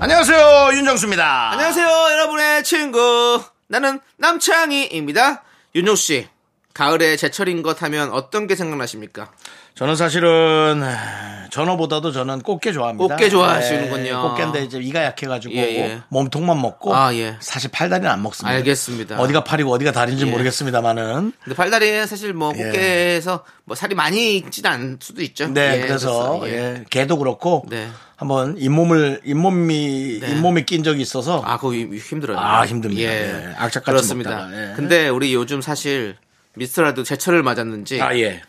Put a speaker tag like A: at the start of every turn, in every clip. A: 안녕하세요 윤정수입니다.
B: 아. 안녕하세요, 여러분의 친구. 나는 남창희입니다. 윤종수 씨, 가을에 제철인 것 하면 어떤 게 생각나십니까?
A: 저는 사실은 에, 전어보다도 저는 꽃게 좋아합니다.
B: 꽃게 좋아하시는군요.
A: 예, 꽃게인데 이제 이가 약해가지고
B: 예, 예.
A: 몸통만 먹고
B: 아, 예.
A: 사실 팔다리는 안 먹습니다.
B: 알겠습니다.
A: 어디가 팔이고 어디가 다리인지
B: 예.
A: 모르겠습니다만은
B: 근데 팔다리에 사실 뭐
A: 예.
B: 꽃게에서 뭐 살이 많이 있진 않을 수도 있죠.
A: 네,
B: 예,
A: 그래서,
B: 그래서, 예.
A: 예, 개도 그렇고
B: 네.
A: 한번 잇몸을 잇몸이
B: 네.
A: 잇몸이 낀 적이 있어서
B: 아, 그거 힘- 힘들어요.
A: 아, 힘듭니다. 예, 악착같이
B: 그렇습니다.
A: 먹다가, 예.
B: 근데 우리 요즘 사실 미스터라도 제철을 맞았는지
A: 아, 예.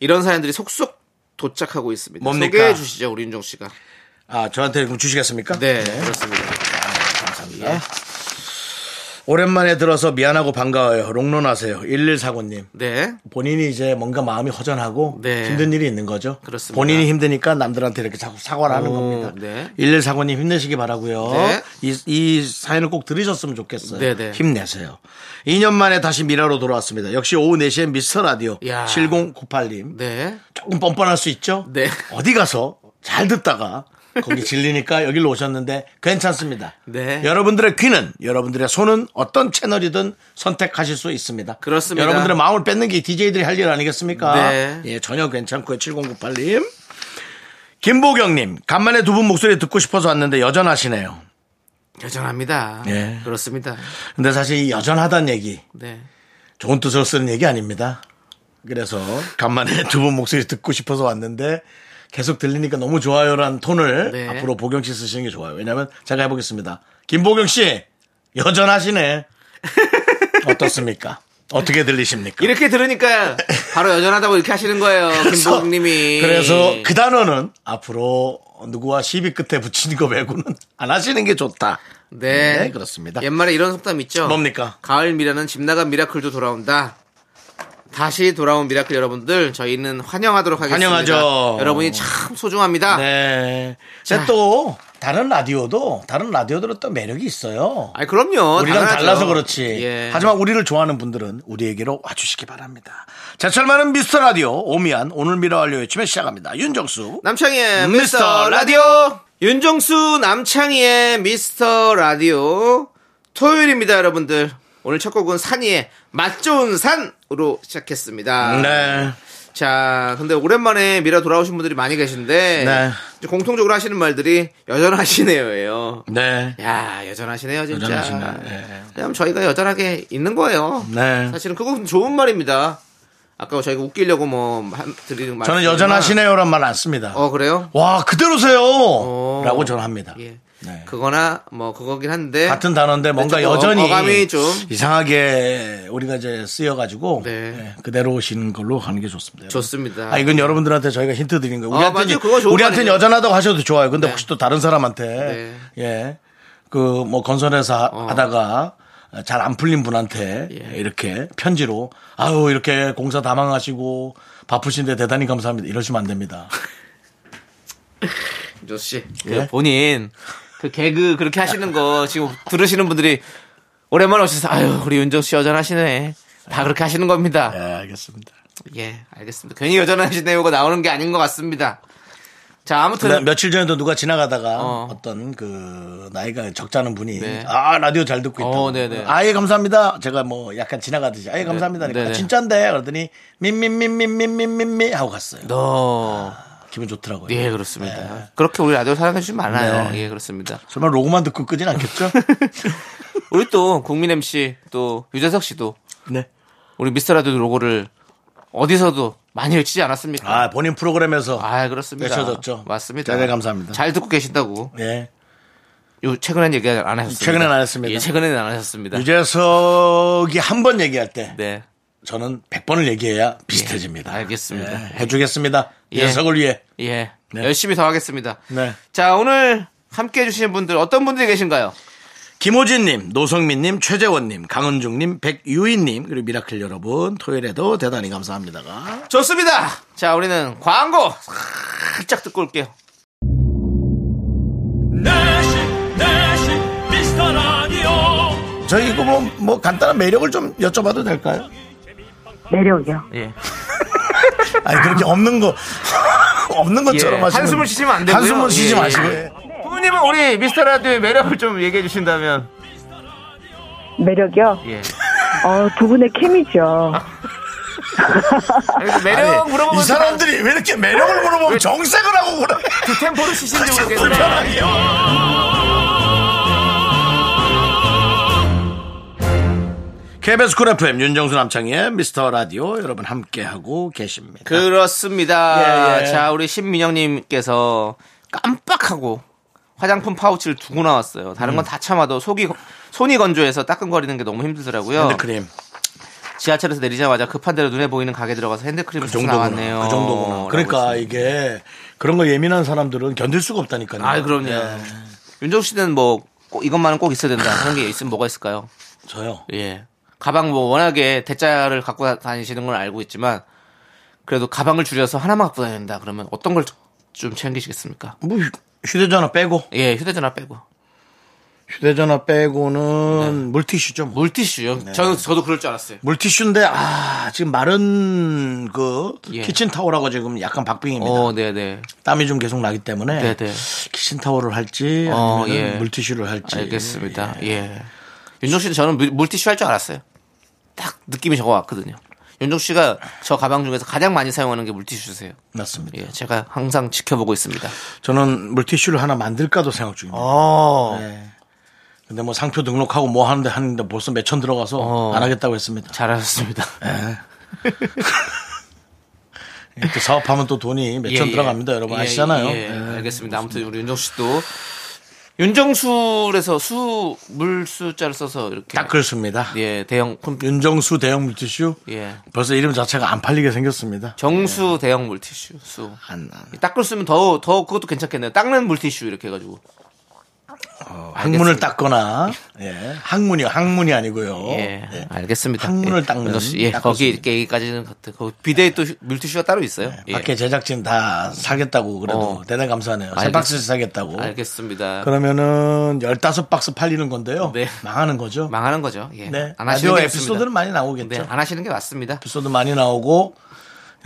B: 이런 사연들이 속속 도착하고 있습니다.
A: 뭡니까?
B: 소개해 주시죠, 우리 윤종 씨가.
A: 아 저한테 그럼 주시겠습니까?
B: 네, 그렇습니다.
A: 감사합니다. 오랜만에 들어서 미안하고 반가워요. 롱런하세요. 1149님.
B: 네.
A: 본인이 이제 뭔가 마음이 허전하고
B: 네.
A: 힘든 일이 있는 거죠.
B: 그렇습니다.
A: 본인이 힘드니까 남들한테 이렇게 자꾸 사과를 하는
B: 오,
A: 겁니다.
B: 네.
A: 1149님 힘내시기 바라고요.
B: 네.
A: 이, 이 사연을 꼭 들으셨으면 좋겠어요.
B: 네, 네.
A: 힘내세요. 2년 만에 다시 미라로 돌아왔습니다. 역시 오후 4시엔 미스터 라디오
B: 야.
A: 7098님.
B: 네.
A: 조금 뻔뻔할 수 있죠.
B: 네.
A: 어디 가서 잘 듣다가 거기 질리니까 여기로 오셨는데 괜찮습니다.
B: 네.
A: 여러분들의 귀는 여러분들의 손은 어떤 채널이든 선택하실 수 있습니다.
B: 그렇습니다.
A: 여러분들의 마음을 뺏는 게 DJ들이 할 일 아니겠습니까?
B: 네.
A: 예, 전혀 괜찮고요. 7098님. 김보경님, 간만에 두 분 목소리 듣고 싶어서 왔는데 여전하시네요.
B: 여전합니다.
A: 예.
B: 그렇습니다.
A: 근데 사실 이 여전하다는 얘기,
B: 네.
A: 좋은 뜻으로 쓰는 얘기 아닙니다. 그래서 간만에 두 분 목소리 듣고 싶어서 왔는데 계속 들리니까 너무 좋아요란 톤을
B: 네.
A: 앞으로 보경 씨 쓰시는 게 좋아요. 왜냐하면 제가 해보겠습니다. 김보경 씨 여전하시네. 어떻습니까? 어떻게 들리십니까?
B: 이렇게 들으니까 바로 여전하다고 이렇게 하시는 거예요, 김복님이.
A: 그래서 그 단어는 앞으로 누구와 시비 끝에 붙이는 거 외고는 안 하시는 게 좋다.
B: 네.
A: 네, 그렇습니다.
B: 옛말에 이런 속담 있죠.
A: 뭡니까?
B: 가을 미라는 집 나간 미라클도 돌아온다. 다시 돌아온 미라클 여러분들 저희는 환영하도록 하겠습니다.
A: 환영하죠.
B: 여러분이 참 소중합니다.
A: 네. 근데
B: 자.
A: 또 다른 라디오도 다른 라디오들은 또 매력이 있어요.
B: 아니 그럼요.
A: 우리랑
B: 당연하죠.
A: 달라서 그렇지.
B: 예.
A: 하지만 우리를 좋아하는 분들은 우리에게로 와주시기 바랍니다. 제철 많은 미스터 라디오 오미안 오늘 미라 완료 외침에 시작합니다. 윤정수.
B: 남창희의
A: 미스터
B: 미스터 라디오 윤정수 남창희의 미스터 라디오 토요일입니다 여러분들 오늘 첫 곡은 산이의 맛 좋은 산으로 시작했습니다
A: 네.
B: 자 근데 오랜만에 미라 돌아오신 분들이 많이 계신데
A: 네.
B: 이제 공통적으로 하시는 말들이 여전하시네요예요
A: 네.
B: 야 여전하시네요 진짜
A: 여전하시네. 네.
B: 그냥 저희가 여전하게 있는 거예요
A: 네.
B: 사실은 그건 좋은 말입니다 아까 저희가 웃기려고 뭐 한- 드리는 말
A: 저는 여전하시네요란 말 안 씁니다.
B: 어 그래요?
A: 와 그대로세요.
B: 어.
A: 라고 저는 합니다.
B: 예.
A: 네.
B: 그거나 뭐 그거긴 한데
A: 같은 단어인데 뭔가
B: 조금
A: 여전히
B: 그렇죠. 어감이 좀
A: 이상하게 우리가 이제 쓰여가지고
B: 네.
A: 예, 그대로 오시는 걸로 하는 게 좋습니다.
B: 좋습니다.
A: 아 이건 여러분들한테 저희가 힌트 드린 거예요.
B: 아,
A: 우리한테
B: 맞아요. 그거 좋은 네. 말이에요.
A: 여전하다고 하셔도 좋아요. 근데 혹시 또 다른 사람한테 예, 예그 뭐 건설회사
B: 네. 어. 예.
A: 하다가 잘 안 풀린 분한테 이렇게 편지로 아유 이렇게 공사 다 망하시고 바쁘신데 대단히 감사합니다. 이러시면 안 됩니다.
B: 조씨
A: 예?
B: 본인 그 개그 그렇게 하시는 거 지금 들으시는 분들이 오랜만에 오셔서 아유 우리 윤정 씨 여전하시네 다 그렇게 하시는
A: 예
B: 겁니다
A: 알겠습니다.
B: 예 알겠습니다 괜히 여전하시네요가 나오는 게 아닌 것 같습니다 자 아무튼
A: 나- 며칠 전에도 누가 지나가다가
B: 어.
A: 어. 떤그 나이가 적잖은 분이
B: 네.
A: 아 라디오 잘 듣고 있다.
B: 어, 네네.
A: 아예 감사합니다. 제가 뭐 약간 지나가듯이 아예 감사합니다.
B: 네네.
A: 네. 진짠데 그러더니 민민민민민민민민 하고 갔어요.
B: 너
A: 기분 좋더라고요.
B: 예, 그렇습니다. 그렇게 우리 라디오 사랑해주시면 많아요.
A: 네.
B: 예, 그렇습니다.
A: 설마 로고만 듣고 끄진 않겠죠?
B: 우리 또 국민 MC 또 유재석 씨도
A: 네.
B: 우리 미스터 라디오 로고를 어디서도 많이 외치지 않았습니까? 아,
A: 아 본인 프로그램에서
B: 그렇습니다.
A: 외쳐졌죠.
B: 맞습니다.
A: 네, 네, 감사합니다.
B: 잘 듣고 계신다고.
A: 예.
B: 요 최근엔 얘기 안 하셨습니다.
A: 최근엔 안 했습니다.
B: 예, 최근엔 안 하셨습니다.
A: 유재석이 한 번 얘기할 때
B: 네.
A: 저는 100번을 얘기해야 비슷해집니다.
B: 알겠습니다.
A: 예, 해주겠습니다.
B: 예.
A: 유재석을 위해.
B: 예.
A: 네.
B: 열심히 더 하겠습니다.
A: 네.
B: 자, 오늘 함께 해주시는 분들 어떤 분들이 계신가요?
A: 김호진님, 노성민님, 최재원님, 강은중님, 백유인님, 그리고 미라클 여러분, 토요일에도 대단히 감사합니다가.
B: 좋습니다. 자, 우리는 광고 살짝 듣고 올게요.
C: 내시 내시 미스터 라디오
A: 저희 이거 뭐, 뭐 간단한 매력을 좀 여쭤봐도 될까요?
D: 매력이요.
B: 예.
A: 아니, 그렇게 없는 거, 없는 것처럼
B: 예,
A: 하시면.
B: 한숨을 쉬시면 안 되고요.
A: 한숨을 쉬지
B: 예, 예.
A: 마시고. 예.
B: 부모님은 우리 미스터 라디오의 매력을 좀 얘기해 주신다면.
D: 매력이요?
B: 예.
D: 어, 두 분의 케미죠.
B: 아니, 그 매력
A: 아니,
B: 물어보면
A: 이 사람들이 왜 이렇게 매력을 물어보면 정색을 하고 그래?
B: 그 템포를 치신지 모르겠어요.
A: 불편하게. KBS 쿨 FM 윤정수 남창희의 미스터 라디오 여러분 함께하고 계십니다.
B: 그렇습니다.
A: 예, 예.
B: 자, 우리 신민영님께서 깜빡하고 화장품 파우치를 두고 나왔어요. 다른
A: 음.
B: 건 다 참아도 속이 손이 건조해서 따끔거리는 게 너무 힘들더라고요.
A: 네,
B: 그
A: 핸드크림.
B: 지하철에서 내리자마자 급한 대로 눈에 보이는 가게 들어가서 핸드크림을
A: 그
B: 그
A: 정도구나.
B: 나왔네요.
A: 그 정도구나. 그러니까 이게 그런 거 예민한 사람들은 견딜 수가 없다니까요.
B: 아, 그럼요.
A: 예.
B: 윤정 씨는 뭐 꼭 이것만은 꼭 있어야 된다. 그런 게 있으면 뭐가 있을까요?
A: 저요.
B: 예. 가방 뭐 워낙에 대자를 갖고 다- 다니시는 걸 알고 있지만 그래도 가방을 줄여서 하나만 갖고 다닌다 그러면 어떤 걸 좀 챙기시겠습니까?
A: 뭐 휴- 휴대전화 빼고
B: 예, 휴대전화 빼고
A: 휴대전화 빼고는
B: 네.
A: 물티슈죠. 뭐.
B: 물티슈요. 저는 저도 그럴 줄 알았어요.
A: 물티슈인데 아 지금 마른 그
B: 예.
A: 키친타올하고 지금 약간 박빙입니다.
B: 어, 네, 네.
A: 땀이 좀 계속 나기 때문에
B: 네, 네.
A: 키친타올을 할지
B: 어,
A: 아니면
B: 예.
A: 물티슈를 할지
B: 알겠습니다.
A: 예.
B: 예. 윤종 씨는 저는 물- 물티슈 할 줄 알았어요. 딱 느낌이 저거 왔거든요. 윤종 씨가 저 가방 중에서 가장 많이 사용하는 게 물티슈세요.
A: 맞습니다.
B: 예, 제가 항상 지켜보고 있습니다.
A: 저는 물티슈를 하나 만들까도 생각 중입니다.
B: 어.
A: 근데 뭐 상표 등록하고 뭐 하는데 하는데 벌써 몇 천 들어가서
B: 어.
A: 안 하겠다고 했습니다.
B: 잘하셨습니다.
A: 네, 또 사업하면 또 돈이 몇
B: 예,
A: 천
B: 예.
A: 들어갑니다. 여러분
B: 예,
A: 아시잖아요. 네,
B: 예, 예. 알겠습니다. 아무튼 우리 윤정 씨도 윤정술에서 수 물수자를 써서 이렇게
A: 딱 아, 그렇습니다.
B: 예, 대형 컴퓨
A: 윤정수 대형 물티슈
B: 예.
A: 벌써 이름 자체가 안 팔리게 생겼습니다.
B: 정수
A: 예.
B: 대형 물티슈 수.
A: 안, 안.
B: 닦을 쓰면 더, 더 그것도 괜찮겠네요. 닦는 물티슈 이렇게 해가지고.
A: 항문을
B: 어, 알겠습니다.
A: 닦거나 예. 항문이요. 항문이 아니고요.
B: 예,
A: 예.
B: 알겠습니다.
A: 항문을
B: 예,
A: 닦는
B: 윤정 씨, 예,
A: 닦을 수
B: 거기
A: 있는. 네,
B: 이렇게 여기까지는 같아. 거 비데이 또 휴- 물티슈가 따로 있어요. 예.
A: 밖에 제작진 다 사겠다고 그래도
B: 어.
A: 대단히 감사하네요. 세
B: 알겠-
A: 박스씩 사겠다고.
B: 알겠습니다.
A: 그러면은 15박스 팔리는 건데요.
B: 네.
A: 망하는 거죠.
B: 망하는 거죠. 예.
A: 네.
B: 안 하시는
A: 라디오
B: 게
A: 에피소드는 많이 나오겠죠.
B: 맞습니다. 네, 안 하시는 게 맞습니다.
A: 에피소드 많이 나오고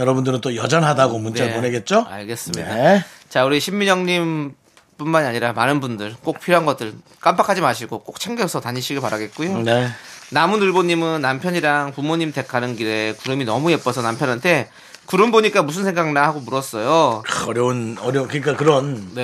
A: 여러분들은 또 여전하다고 문자
B: 네.
A: 보내겠죠?
B: 알겠습니다.
A: 네.
B: 자, 우리 신민영님 뿐만이 아니라 많은 분들 꼭 필요한 것들 깜빡하지 마시고 꼭 챙겨서 다니시길 바라겠고요.
A: 네.
B: 나무늘보님은 남편이랑 부모님 댁 가는 길에 구름이 너무 예뻐서 남편한테 구름 보니까 무슨 생각나 하고 물었어요.
A: 어려운 어려 그러니까 그런 네.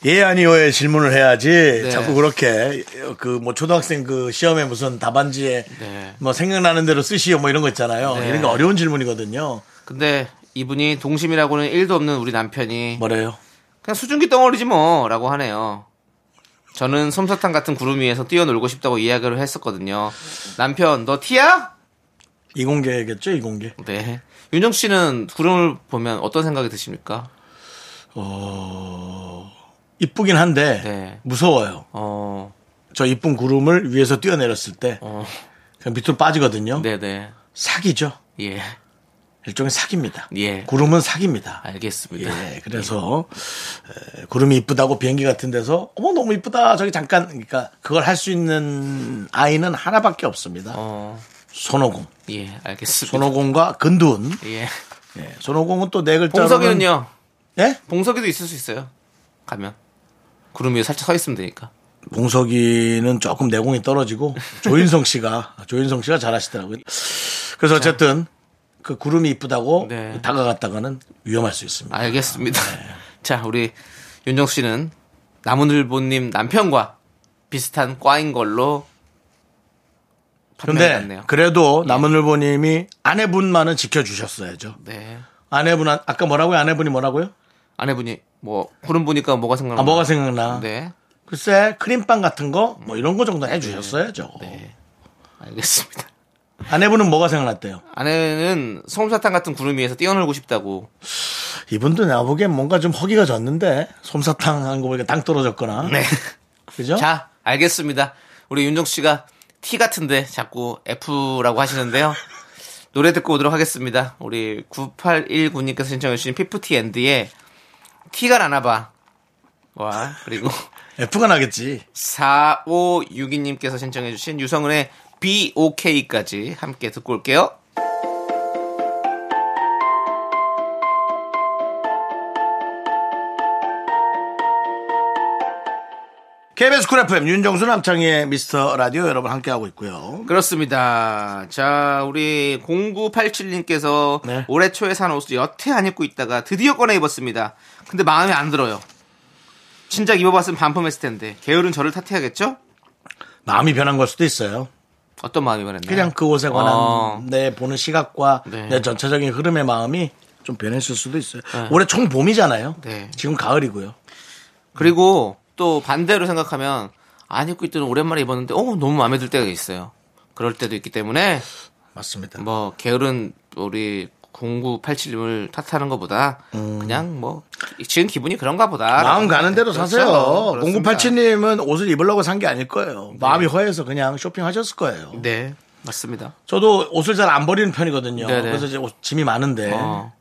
B: 네.
A: 예 아니요의 질문을 해야지 자꾸 그렇게 그 뭐 초등학생 그 시험에 무슨 답안지에
B: 네.
A: 뭐 생각나는 대로 쓰시오 뭐 이런 거 있잖아요.
B: 네.
A: 이런 게 어려운 질문이거든요.
B: 근데 이분이 동심이라고는 1도 없는 우리 남편이
A: 뭐래요?
B: 그냥 수증기 덩어리지 뭐라고 하네요. 저는 솜사탕 같은 구름 위에서 뛰어놀고 싶다고 이야기를 했었거든요. 남편 너 티야?
A: 이공계겠죠, 이공계.
B: 네. 윤정 씨는 구름을 보면 어떤 생각이 드십니까?
A: 어. 이쁘긴 한데
B: 네.
A: 무서워요.
B: 어,
A: 저 이쁜 구름을 위에서 뛰어내렸을 때
B: 어,
A: 그냥 밑으로 빠지거든요.
B: 네네.
A: 사기죠.
B: 예,
A: 일종의 사기입니다.
B: 예.
A: 구름은 사기입니다.
B: 알겠습니다.
A: 예, 그래서 에, 구름이 이쁘다고 비행기 같은 데서 어머 너무 이쁘다 저기 잠깐 그러니까 그걸 할 수 있는 아이는 하나밖에 없습니다.
B: 어,
A: 손오공,
B: 예, 알겠습니다.
A: 손오공과 근두은.
B: 예.
A: 예, 손오공은 또 네 글자로
B: 봉석이는요?
A: 예,
B: 봉석이도 있을 수 있어요. 가면. 구름 위에 살짝 서 있으면 되니까.
A: 봉석이는 조금 내공이 떨어지고 조인성 씨가 조인성 씨가 잘하시더라고요. 그래서 어쨌든 그 구름이 이쁘다고
B: 네.
A: 다가갔다가는 위험할 수 있습니다.
B: 알겠습니다.
A: 아, 네.
B: 자, 우리 윤정수 씨는 나무늘보님 남편과 비슷한 과인 걸로 판단이
A: 근데
B: 아, 났네요. 예.
A: 그래도 남은을보님이 아내분만은 지켜주셨어야죠.
B: 네.
A: 아내분 한- 아까 뭐라고요? 아내분이 뭐라고요?
B: 아내분이 뭐 구름 보니까 뭐가 생각나?
A: 아 뭐가 생각나?
B: 네.
A: 글쎄 크림빵 같은 거 뭐 이런 거 정도 해주셨어야죠.
B: 네. 알겠습니다.
A: 아내분은 뭐가 생각났대요?
B: 아내는 솜사탕 같은 구름 위에서 뛰어놀고 싶다고.
A: 이분도 나 보기엔 뭔가 좀 허기가 졌는데 솜사탕 한 거 보니까 땅 떨어졌거나
B: 네.
A: 그죠?
B: 자, 알겠습니다. 우리 윤정 씨가 T 같은데 자꾸 F라고 하시는데요. 노래 듣고 오도록 하겠습니다. 우리 9819님께서 신청해주신 피프티 앤드의 T가 나나봐. 와, 그리고
A: F가 나겠지.
B: 4562님께서 신청해주신 유성은의 BOK까지 함께 듣고 올게요.
A: KBS 쿨 FM 윤정수 남창희의 미스터 라디오 여러분 함께하고 있고요.
B: 그렇습니다. 자, 우리 0987님께서
A: 네.
B: 올해 초에 산 옷을 여태 안 입고 있다가 드디어 꺼내 입었습니다. 근데 마음에 안 들어요. 진작 입어봤으면 반품했을 텐데 게으른 저를 탓해야겠죠?
A: 마음이 변한 걸 수도 있어요.
B: 어떤 마음이 변했나요?
A: 그냥 그 옷에 관한
B: 네. 어.
A: 내 보는 시각과
B: 네.
A: 내 전체적인 흐름의 마음이 좀 변했을 수도 있어요. 올해 총 봄이잖아요.
B: 네.
A: 지금 가을이고요.
B: 그리고 또 반대로 생각하면 안 입고 있던 오랜만에 입었는데 어 너무 마음에 들 때가 있어요. 그럴 때도 있기 때문에
A: 맞습니다.
B: 뭐 게으른 우리 0987님을 탓하는 것보다 그냥 뭐 지금 기분이 그런가 보다.
A: 음. 마음 가는 대로 사세요.
B: 아, 그렇죠. 네. 그렇습니다.
A: 0987님은 옷을 입으려고 산 게 아닐 거예요. 마음이 허해서 그냥 쇼핑하셨을 거예요.
B: 네, 맞습니다.
A: 저도 옷을 잘 안 버리는 편이거든요.
B: 네네.
A: 그래서 이제 옷 짐이 많은데
B: 어.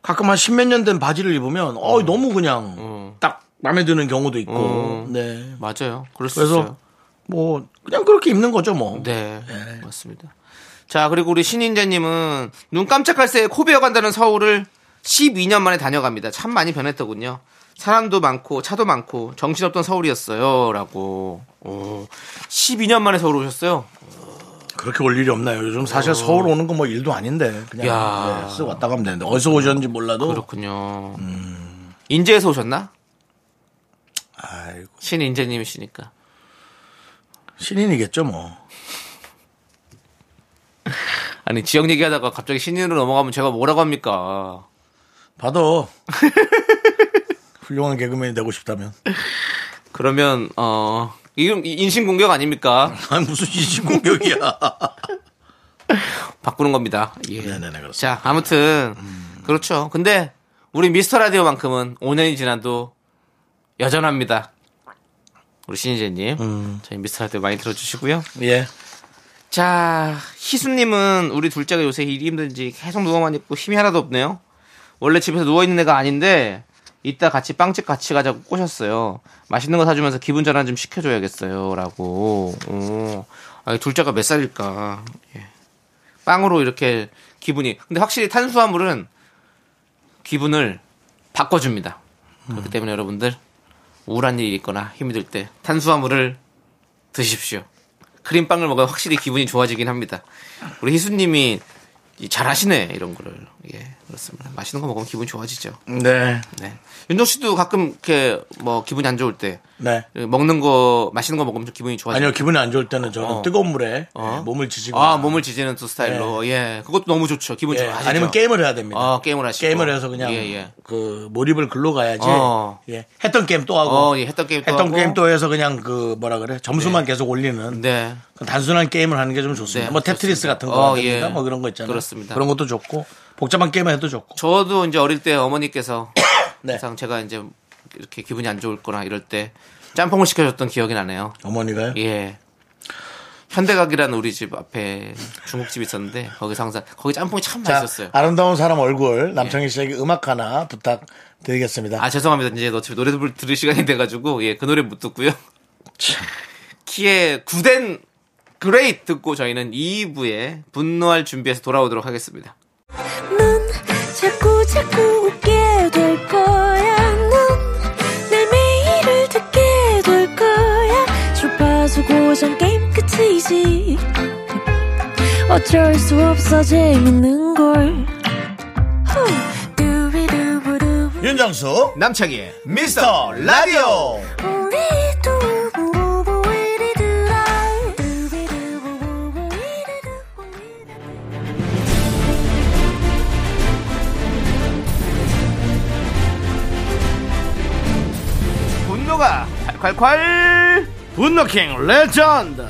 A: 가끔 한 십몇 년 된 바지를 입으면 어, 너무 그냥 딱 마음에 드는 경우도 있고. 네.
B: 맞아요. 어. 그럴 수
A: 그래서
B: 있어요.
A: 뭐 그냥 그렇게 입는 거죠, 뭐.
B: 그렇죠. 네, 맞습니다. 자, 그리고 우리 신인재님은 눈 깜짝할 새에 코 베어간다는 서울을 12년 만에 다녀갑니다. 참 많이 변했더군요. 사람도 많고 차도 많고 정신없던 서울이었어요.라고. 오, 12년 만에 서울 오셨어요.
A: 그렇게 올 일이 없나요? 요즘 사실 서울 오는 거 뭐 일도 아닌데
B: 어. 야.
A: 그냥 네, 쓰고 왔다 가면 되는데 어디서 오셨는지 몰라도
B: 그렇군요. 인제에서 오셨나?
A: 아이고
B: 신인재님이시니까.
A: 신인이겠죠, 뭐.
B: 아니 지역 얘기하다가 갑자기 신인으로 넘어가면 제가 뭐라고 합니까?
A: 받아. 훌륭한 개그맨이 되고 싶다면.
B: 그러면 어 이건 인신 공격 아닙니까?
A: 아니, 무슨 이신 공격이야.
B: 바꾸는 겁니다. 예.
A: 네네네, 그렇습니다.
B: 자, 아무튼 그렇죠. 근데 우리 미스터 라디오만큼은 5년이 지나도 여전합니다. 우리 신희재님,
A: 음.
B: 저희 미스터 라디오 많이 들어주시고요.
A: 예.
B: 자, 희수님은 우리 둘째가 요새 일이 힘든지 계속 누워만 있고 힘이 하나도 없네요. 원래 집에서 누워있는 애가 아닌데, 이따 같이 빵집 같이 가자고 꼬셨어요. 맛있는 거 사주면서 기분 전환 좀 시켜줘야겠어요. 라고. 오. 아, 둘째가 몇 살일까. 예. 빵으로 이렇게 기분이. 근데 확실히 탄수화물은 기분을 바꿔줍니다. 그렇기 때문에 여러분들, 우울한 일이 있거나 힘이 들 때 탄수화물을 드십시오. 크림빵을 먹으면 확실히 기분이 좋아지긴 합니다. 우리 희수님이 이 잘하시네 이런 거를 예 그렇습니다. 맛있는 거 먹으면 기분 좋아지죠.
A: 네.
B: 네. 윤정 씨도 가끔 이렇게 뭐 기분이 안 좋을 때
A: 네.
B: 먹는 거 맛있는 거 먹으면 좀 기분이 좋아지죠.
A: 아니요, 기분이 안 좋을 때는 저는
B: 어.
A: 뜨거운 물에
B: 어?
A: 예, 몸을 지지고.
B: 아 몸을 지지는 또 스타일로 예 그것도 너무 좋죠. 기분
A: 예,
B: 좋아지죠.
A: 아니면 게임을 해야 됩니다.
B: 어, 게임을 하시고
A: 게임을 해서 그냥
B: 예, 예.
A: 그 몰입을 글로 가야지.
B: 어.
A: 예. 했던 게임 또 하고.
B: 어, 예, 했던 게임 또
A: 했던
B: 하고.
A: 게임 또 해서 그냥 그 뭐라 그래 점수만 계속 올리는
B: 네.
A: 그 단순한 게임을 하는 게 좀 좋습니다.
B: 네,
A: 뭐 테트리스
B: 좋습니다.
A: 같은 거
B: 어,
A: 니까
B: 예.
A: 뭐 그런 거 있잖아요.
B: 그렇습니다.
A: 런 것도 좋고 복잡한 게임을 해도 좋고.
B: 저도 이제 어릴 때 어머니께서
A: 네.
B: 항상 제가 이제 이렇게 기분이 안 좋을거나 이럴 때 짬뽕을 시켜줬던 기억이 나네요.
A: 어머니가요?
B: 예. 현대각이라는 우리 집 앞에 중국집이 있었는데 거기서 항상 거기 짬뽕이 참
A: 자,
B: 맛있었어요. 예.
A: 아름다운 사람 얼굴 남창희 씨에게 음악 하나 부탁드리겠습니다.
B: 아 죄송합니다. 이제 어차피 노래 들- 들을 시간이 돼가지고 예 그 노래 못 듣고요. 키의 구덴 그레이트 듣고 저희는 2부에 분노할 준비해서 돌아오도록 하겠습니다.
E: 넌 자꾸 자꾸 웃게 될 거야. 넌내 매일을 듣게 될 거야. 주파수 고정 게임 끝이지. 어쩔 수 없어 재밌는 걸. 후. 두비두부두.
A: 윤정수
B: 남창희의
A: 미스터 라디오
E: 우리 두부부부 우리 두라. 두비두부부부 우리 두부부.
B: 분노가 콸콸콸
F: 분노킹 레전드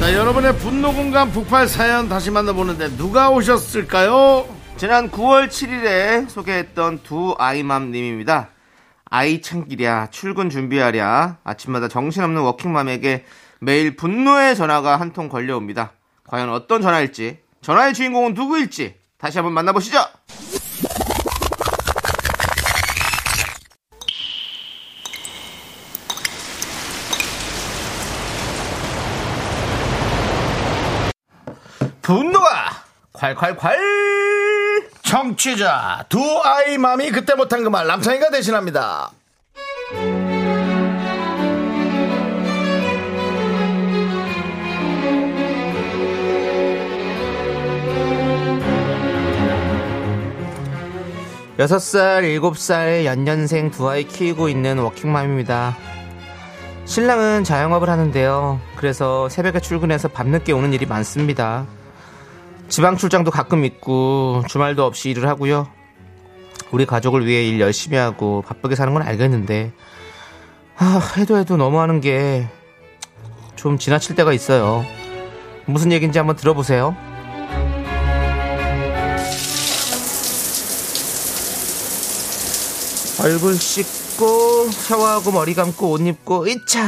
F: 자 여러분의 분노 공감 폭발 사연 다시 만나보는데 누가 오셨을까요?
B: 지난 9월 7일에 소개했던 두 아이맘님입니다. 아이 챙기랴, 출근 준비하랴, 아침마다 정신없는 워킹맘에게 매일 분노의 전화가 한 통 걸려옵니다. 과연 어떤 전화일지, 전화의 주인공은 누구일지 다시 한번 만나보시죠. 분노가 콸콸콸!
A: 청취자 두 아이 맘이 그때 못한 그 말 남창이가 대신합니다.
B: 여섯 살 일곱 살 연년생 두 아이 키우고 있는 워킹맘입니다. 신랑은 자영업을 하는데요. 그래서 새벽에 출근해서 밤늦게 오는 일이 많습니다. 지방 출장도 가끔 있고 주말도 없이 일을 하고요. 우리 가족을 위해 일 열심히 하고 바쁘게 사는 건 알겠는데 아, 해도 해도 너무하는 게 좀 지나칠 때가 있어요. 무슨 얘기인지 한번 들어보세요. 얼굴 씻고 샤워하고 머리 감고 옷 입고 이차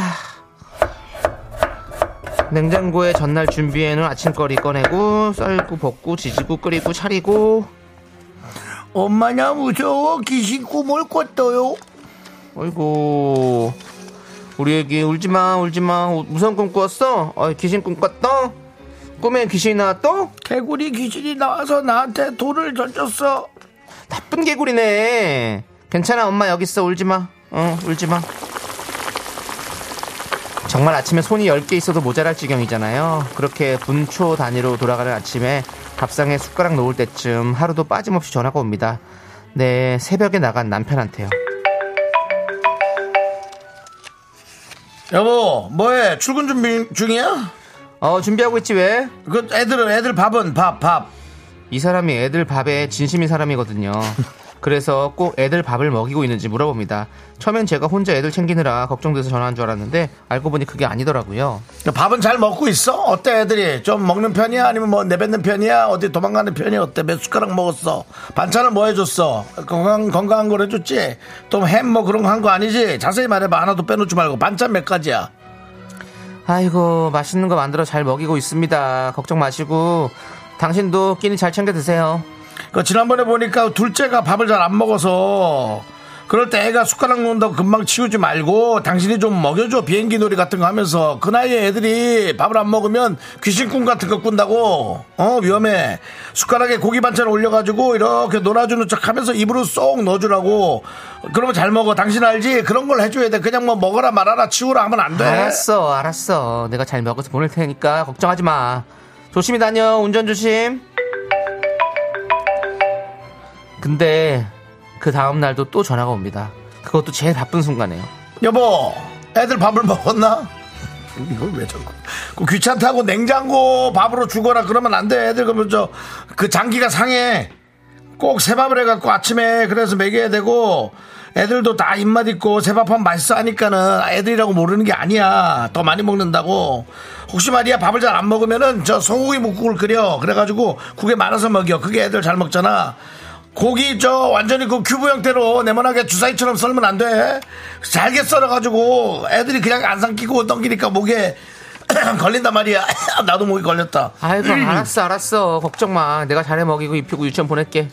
B: 냉장고에 전날 준비해놓은 아침거리 꺼내고 썰고 볶고 지지고 끓이고 차리고
A: 엄마 나 무서워 귀신 꿈을 꿨어요.
B: 어이구 우리 애기 울지마 울지마 무서운 꿈 꿨어? 어, 귀신 꿈 꿨어? 꿈에 귀신이 나왔어?
A: 개구리 귀신이 나와서 나한테 돌을 던졌어.
B: 나쁜 개구리네. 괜찮아, 엄마 여기 있어. 울지 마. 어, 울지 마. 정말 아침에 손이 10개 있어도 모자랄 지경이잖아요. 그렇게 분초 단위로 돌아가는 아침에 밥상에 숟가락 놓을 때쯤 하루도 빠짐없이 전화가 옵니다. 네, 새벽에 나간 남편한테요.
A: 여보 뭐해 출근 준비 중이야?
B: 어, 준비하고 있지 왜?
A: 그 애들은 애들 밥은 밥 밥.
B: 이 사람이 애들 밥에 진심인 사람이거든요. 그래서 꼭 애들 밥을 먹이고 있는지 물어봅니다. 처음엔 제가 혼자 애들 챙기느라 걱정돼서 전화한 줄 알았는데 알고 보니 그게 아니더라고요.
A: 그러니까 밥은 잘 먹고 있어? 어때 애들이 좀 먹는 편이야? 아니면 뭐 내뱉는 편이야? 어디 도망가는 편이야? 어때 몇 숟가락 먹었어? 반찬은 뭐 해줬어? 건강 건강한 걸 해줬지? 또 햄 뭐 그런 거 한 거 아니지? 자세히 말해봐 하나도 빼놓지 말고 반찬 몇 가지야?
B: 아이고 맛있는 거 만들어 잘 먹이고 있습니다. 걱정 마시고 당신도 끼니 잘 챙겨 드세요.
A: 그 지난번에 보니까 둘째가 밥을 잘 안 먹어서 그럴 때 애가 숟가락 놓는다고 금방 치우지 말고 당신이 좀 먹여줘 비행기 놀이 같은 거 하면서 그 나이에 애들이 밥을 안 먹으면 귀신꿈 같은 거 꾼다고 어 위험해 숟가락에 고기 반찬 올려가지고 이렇게 놀아주는 척하면서 입으로 쏙 넣어주라고 그러면 잘 먹어 당신 알지 그런 걸 해줘야 돼 그냥 뭐 먹어라 말아라 치우라 하면 안돼
B: 알았어, 알았어. 내가 잘 먹어서 보낼 테니까 걱정하지 마. 조심히 다녀. 운전 조심. 근데 그 다음 날도 또 전화가 옵니다. 그것도 제일 바쁜 순간에요.
A: 여보, 애들 밥을 먹었나? 이걸 왜 자꾸. 그 귀찮다고 냉장고 밥으로 주거나 그러면 안 돼. 애들 그러면 저 그 장기가 상해. 꼭 새밥을 해갖고 아침에 그래서 먹여야 되고 애들도 다 입맛 있고 새밥하면 맛있어 하니까는 애들이라고 모르는 게 아니야. 더 많이 먹는다고. 혹시 말이야 밥을 잘 안 먹으면은 저 소고기 묵국을 끓여. 그래가지고 국에 말아서 먹여. 그게 애들 잘 먹잖아. 고기 저 완전히 그 큐브 형태로 네모나게 주사위처럼 썰면 안 돼. 잘게 썰어가지고 애들이 그냥 안 삼키고 넘기니까 목에 걸린단 말이야. 나도 목이 걸렸다.
B: 아이고, 알았어, 알았어. 걱정 마. 내가 잘해 먹이고 입히고 유치원 보낼게.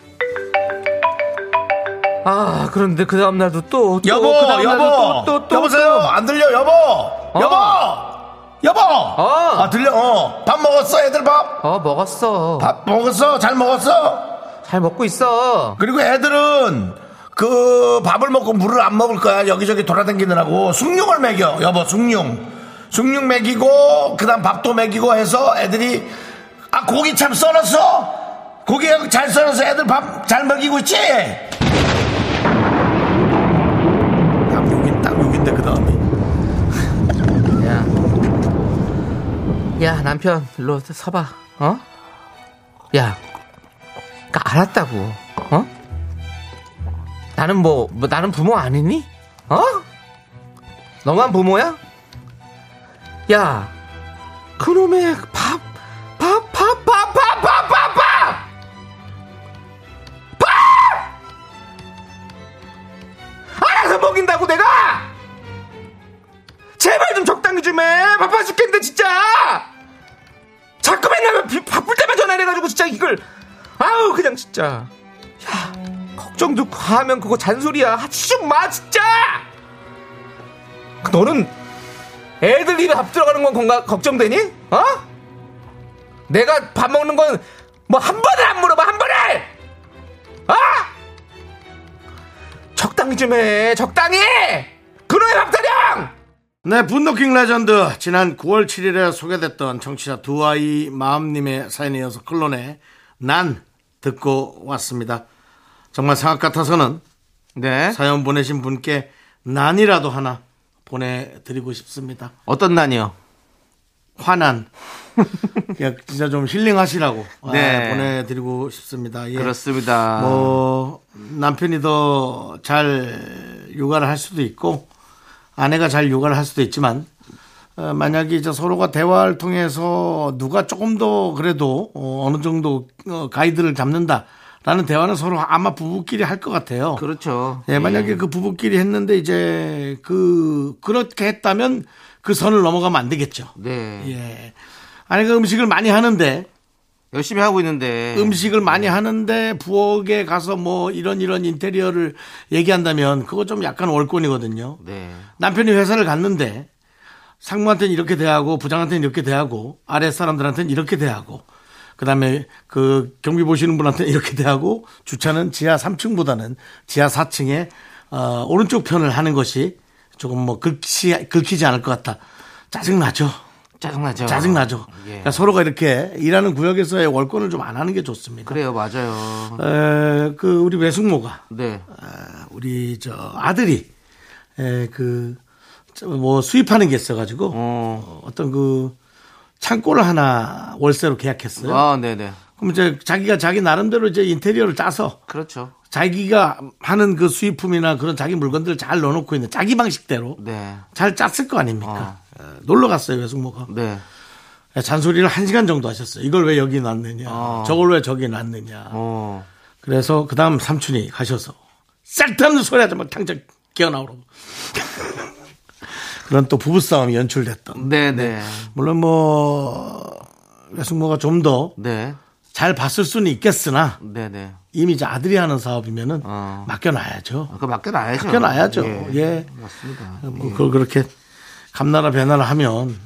B: 아, 그런데 그 다음 날도 또, 또
A: 여보,
B: 그 다음 날도
A: 여보,
B: 또, 또, 어. 또,
A: 여보세요. 안 들려, 여보, 여보, 여보. 아 들려. 어, 밥 먹었어, 애들 밥.
B: 어, 먹었어.
A: 밥 먹었어, 잘 먹었어.
B: 잘 먹고 있어.
A: 그리고 애들은 그 밥을 먹고 물을 안 먹을 거야. 여기저기 돌아다니느라고 숭늉을 먹여, 여보, 숭늉. 숭늉 먹이고 그다음 밥도 먹이고 해서 애들이 아 고기 참 썰었어. 고기 잘 썰어서 애들 밥 잘 먹이고 있지. 딱 여긴 딱 여긴데 그 다음에.
B: 야. 야, 남편, 일로 서봐. 어? 야. 그니까 알았다고. 어? 나는 뭐, 뭐, 나는 부모 아니니? 어? 너만 부모야? 야. 그놈의 밥, 밥, 밥, 밥, 밥, 밥, 밥, 밥! 아, 그래가지고 진짜 이걸 아우 그냥 진짜 야 걱정도 하면 그거 잔소리야 하지 좀마 진짜 그 너는 애들 입에 밥 들어가는 건 건가 걱정되니? 어? 내가 밥 먹는 건 뭐 한 번을 안 물어봐 한 번을 어? 적당히 좀 해 적당히 그놈의 밥타령
G: 네, 분노킹 레전드. 지난 9월 7일에 소개됐던 청취자 두 아이 마음님의 사연에 이어서 클론의 난 듣고 왔습니다. 정말 생각 같아서는
B: 네
G: 사연 보내신 분께 난이라도 하나 보내드리고 싶습니다.
B: 어떤 난이요?
G: 화난. 그냥 진짜 좀 힐링하시라고 아,
B: 네.
G: 보내드리고 싶습니다. 예.
B: 그렇습니다
G: 뭐 남편이 더 잘 육아를 할 수도 있고 아내가 잘 육아를 할 수도 있지만 어, 만약에 이제 서로가 대화를 통해서 누가 조금 더 그래도 어, 어느 정도 어, 가이드를 잡는다라는 대화는 서로 아마 부부끼리 할 것 같아요.
B: 그렇죠
G: 예, 만약에 그 부부끼리 했는데 이제 그 그렇게 했다면 그 선을 넘어가면 안 되겠죠.
B: 네
G: 예. 아내가 음식을 많이 하는데
B: 열심히 하고 있는데
G: 음식을 많이 하는데 부엌에 가서 뭐 이런 이런 인테리어를 얘기한다면 그거 좀 약간 월권이거든요.
B: 네.
G: 남편이 회사를 갔는데 상무한테는 이렇게 대하고 부장한테는 이렇게 대하고 아래 사람들한테는 이렇게 대하고 그다음에 그 경비 보시는 분한테는 이렇게 대하고 주차는 지하 3층보다는 지하 4층에 어, 오른쪽 편을 하는 것이 조금 뭐 긁히, 긁히지 않을 것 같다. 짜증나죠.
B: 짜증나죠
G: 짜증나죠.
B: 예.
G: 그러니까 서로가 이렇게 일하는 구역에서의 월권을 좀 안 하는 게 좋습니다.
B: 그래요 맞아요
G: 에, 그 우리 외숙모가
B: 네
G: 아, 우리 저 아들이 예, 그, 그뭐 수입하는 게 있어가지고 어, 어떤 그 창고를 하나 월세로 계약했어요.
B: 아 네네
G: 그럼 이제 자기가 자기 나름대로 이제 인테리어를 짜서
B: 그렇죠
G: 자기가 하는 그 수입품이나 그런 자기 물건들을 잘 넣어놓고 있는 자기 방식대로
B: 네 어.
G: 잘 짰을 거 아닙니까? 에, 놀러 갔어요 외숙모가.
B: 네.
G: 잔소리를 한 시간 정도 하셨어요. 이걸 왜 여기 놨느냐, 저걸 왜 저기 놨느냐.
B: 어.
G: 그래서 그 다음 삼촌이 가셔서 쓸데없는 소리 하지 말고 당장 기어나오라고. 그런 또 부부싸움이 연출됐던.
B: 네, 네.
G: 물론 뭐, 외숙모가 좀 더
B: 네.
G: 잘 봤을 수는 있겠으나
B: 네, 네.
G: 이미 이제 아들이 하는 사업이면은
B: 어.
G: 맡겨놔야죠.
B: 그 맡겨놔야죠.
G: 맡겨놔야죠. 아, 예.
B: 맞습니다.
G: 뭐 그걸 그렇게 감나라 배나라 하면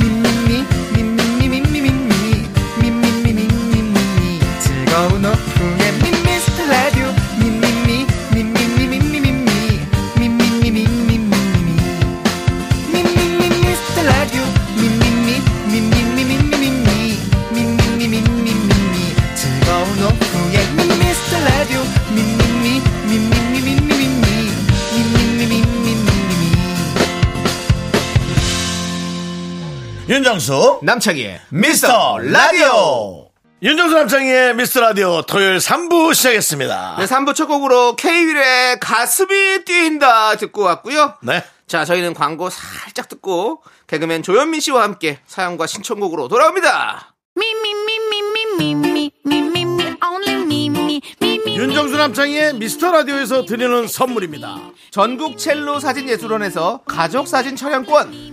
H: 미미미 미미미 미미미 미미미 미미미 즐거운 오후에 미스터 라디오 미미미 미미미 미미미 미미미 미미미 미미미
A: 윤정수
B: 남창희의
A: 미스터 라디오 윤정수 남창희의 미스터 라디오 토요일 3부 시작했습니다.
B: 네, 3부 첫 곡으로 K-윌의 가슴이 뛴다 듣고 왔고요.
A: 네.
B: 자, 저희는 광고 살짝 듣고 개그맨 조현민 씨와 함께 사연과 신청곡으로 돌아옵니다.
G: 윤정수 남창희의 미스터 라디오에서 드리는 선물입니다.
B: 전국 첼로 사진예술원에서 가족 사진 촬영권.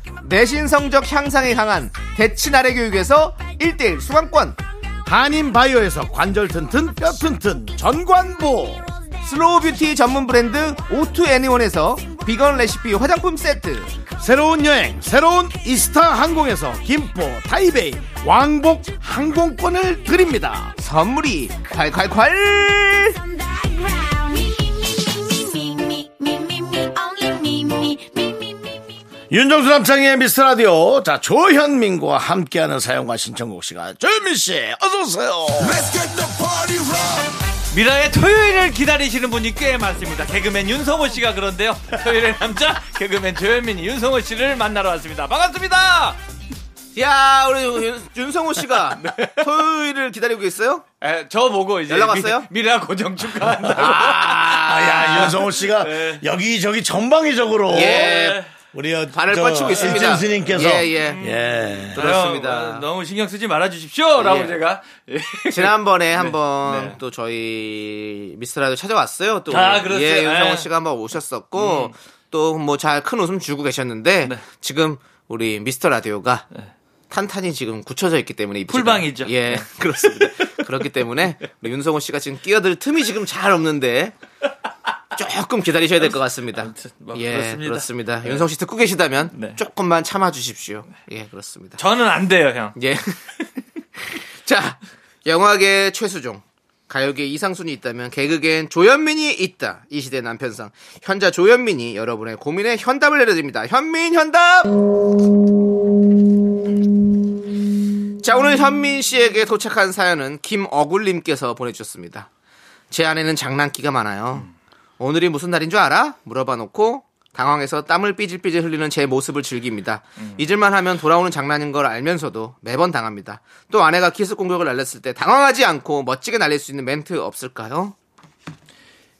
B: 내신 성적 향상에 강한 대치나래 교육에서 1대1 수강권
G: 한인 바이오에서 관절 튼튼 뼈 튼튼 전관보
B: 슬로우 뷰티 전문 브랜드 오투 애니원에서 비건 레시피 화장품 세트
G: 새로운 여행 새로운 이스타 항공에서 김포 타이베이 왕복 항공권을 드립니다
B: 선물이 콸콸콸
G: 윤정수 남창의 미스터라디오 자 조현민과 함께하는 사연과 신청곡 시간 조현민씨 어서오세요
A: 네.
I: Let's get the party rock.
J: 미라의 토요일을 기다리시는 분이 꽤 많습니다. 개그맨 윤성호 씨가 그런데요. 토요일의 남자 개그맨 조현민이 윤성호 씨를 만나러 왔습니다. 반갑습니다.
B: 야 우리 윤- 윤성호 씨가
A: 네.
B: 토요일을 기다리고 있어요?
J: 에, 저 보고 이제
B: 연락 왔어요?
J: 미, 라 고정 축하한다고.
A: 네. 아, 야, 윤성호 씨가 여기저기 전방위적으로
B: 예.
A: 우리 어,
B: 발을
A: 저
B: 뻗치고 있습니다.
A: 일진 스님께서
B: 예, 예.
A: 예.
J: 어,
B: 그렇습니다.
J: 너무 신경 쓰지 말아 주십시오라고
B: 예.
J: 제가
B: 지난번에 한번
J: 네.
B: 또 저희 미스터라도 찾아왔어요. 또
J: 아, 그렇죠.
B: 예, 윤성호
J: 예. 음.
B: 씨가 한번 오셨었고 또 뭐 잘 큰 웃음 주고 계셨는데
J: 네.
B: 지금 우리 미스터 라디오가 탄탄히 지금 굳혀져 있기 때문에 입지가.
J: 풀방이죠. 네.
B: 예, 그렇습니다. 그렇기 때문에 우리 윤성호 씨가 지금 끼어들 틈이 지금 잘 없는데 조금 기다리셔야 될 것 같습니다.
J: 뭐
B: 예,
J: 그렇습니다.
B: 그렇습니다. 윤성 씨 듣고 계시다면
J: 네.
B: 조금만 참아 주십시오. 예, 그렇습니다.
J: 저는 안 돼요, 형.
B: 예. 자, 영화계 최수종. 가요계 이상순이 있다면 개그계엔 조현민이 있다. 이 시대 남편상. 현자 조현민이 여러분의 고민에 현답을 내려드립니다. 현민 현답! 자, 오늘 현민 씨에게 도착한 사연은 김어굴님께서 보내주셨습니다. 제 아내는 장난기가 많아요. 오늘이 무슨 날인 줄 알아? 물어봐 놓고 당황해서 땀을 삐질삐질 흘리는 제 모습을 즐깁니다.
J: 음.
B: 잊을만 하면 돌아오는 장난인 걸 알면서도 매번 당합니다. 또 아내가 키스 공격을 날렸을 때 당황하지 않고 멋지게 날릴 수 있는 멘트 없을까요?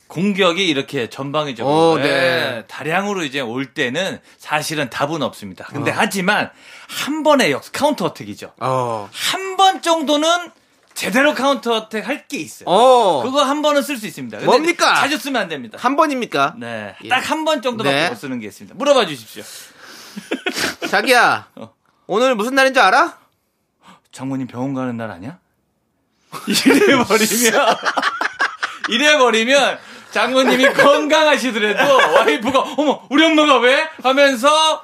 J: 공격이 이렇게 전방위적으로
B: 오, 네.
J: 예, 다량으로 이제 올 때는 사실은 답은 없습니다. 근데 하지만 한 번의 역 카운터 어택이죠.
B: 어.
J: 한 번 정도는 제대로 카운터 어택 할 게 있어요.
B: 어.
J: 그거 한 번은 쓸 수 있습니다. 근데
B: 뭡니까?
J: 자주 쓰면 안 됩니다.
B: 한 번입니까?
J: 네.
B: 예.
J: 딱 한 번 정도밖에
B: 네.
J: 못 쓰는 게 있습니다. 물어봐 주십시오.
B: 자기야.
J: 어.
B: 오늘 무슨 날인 줄 알아?
J: 장모님 병원 가는 날 아니야? 이래버리면, 이래버리면, 장모님이 건강하시더라도 와이프가, 어머, 우리 엄마가 왜? 하면서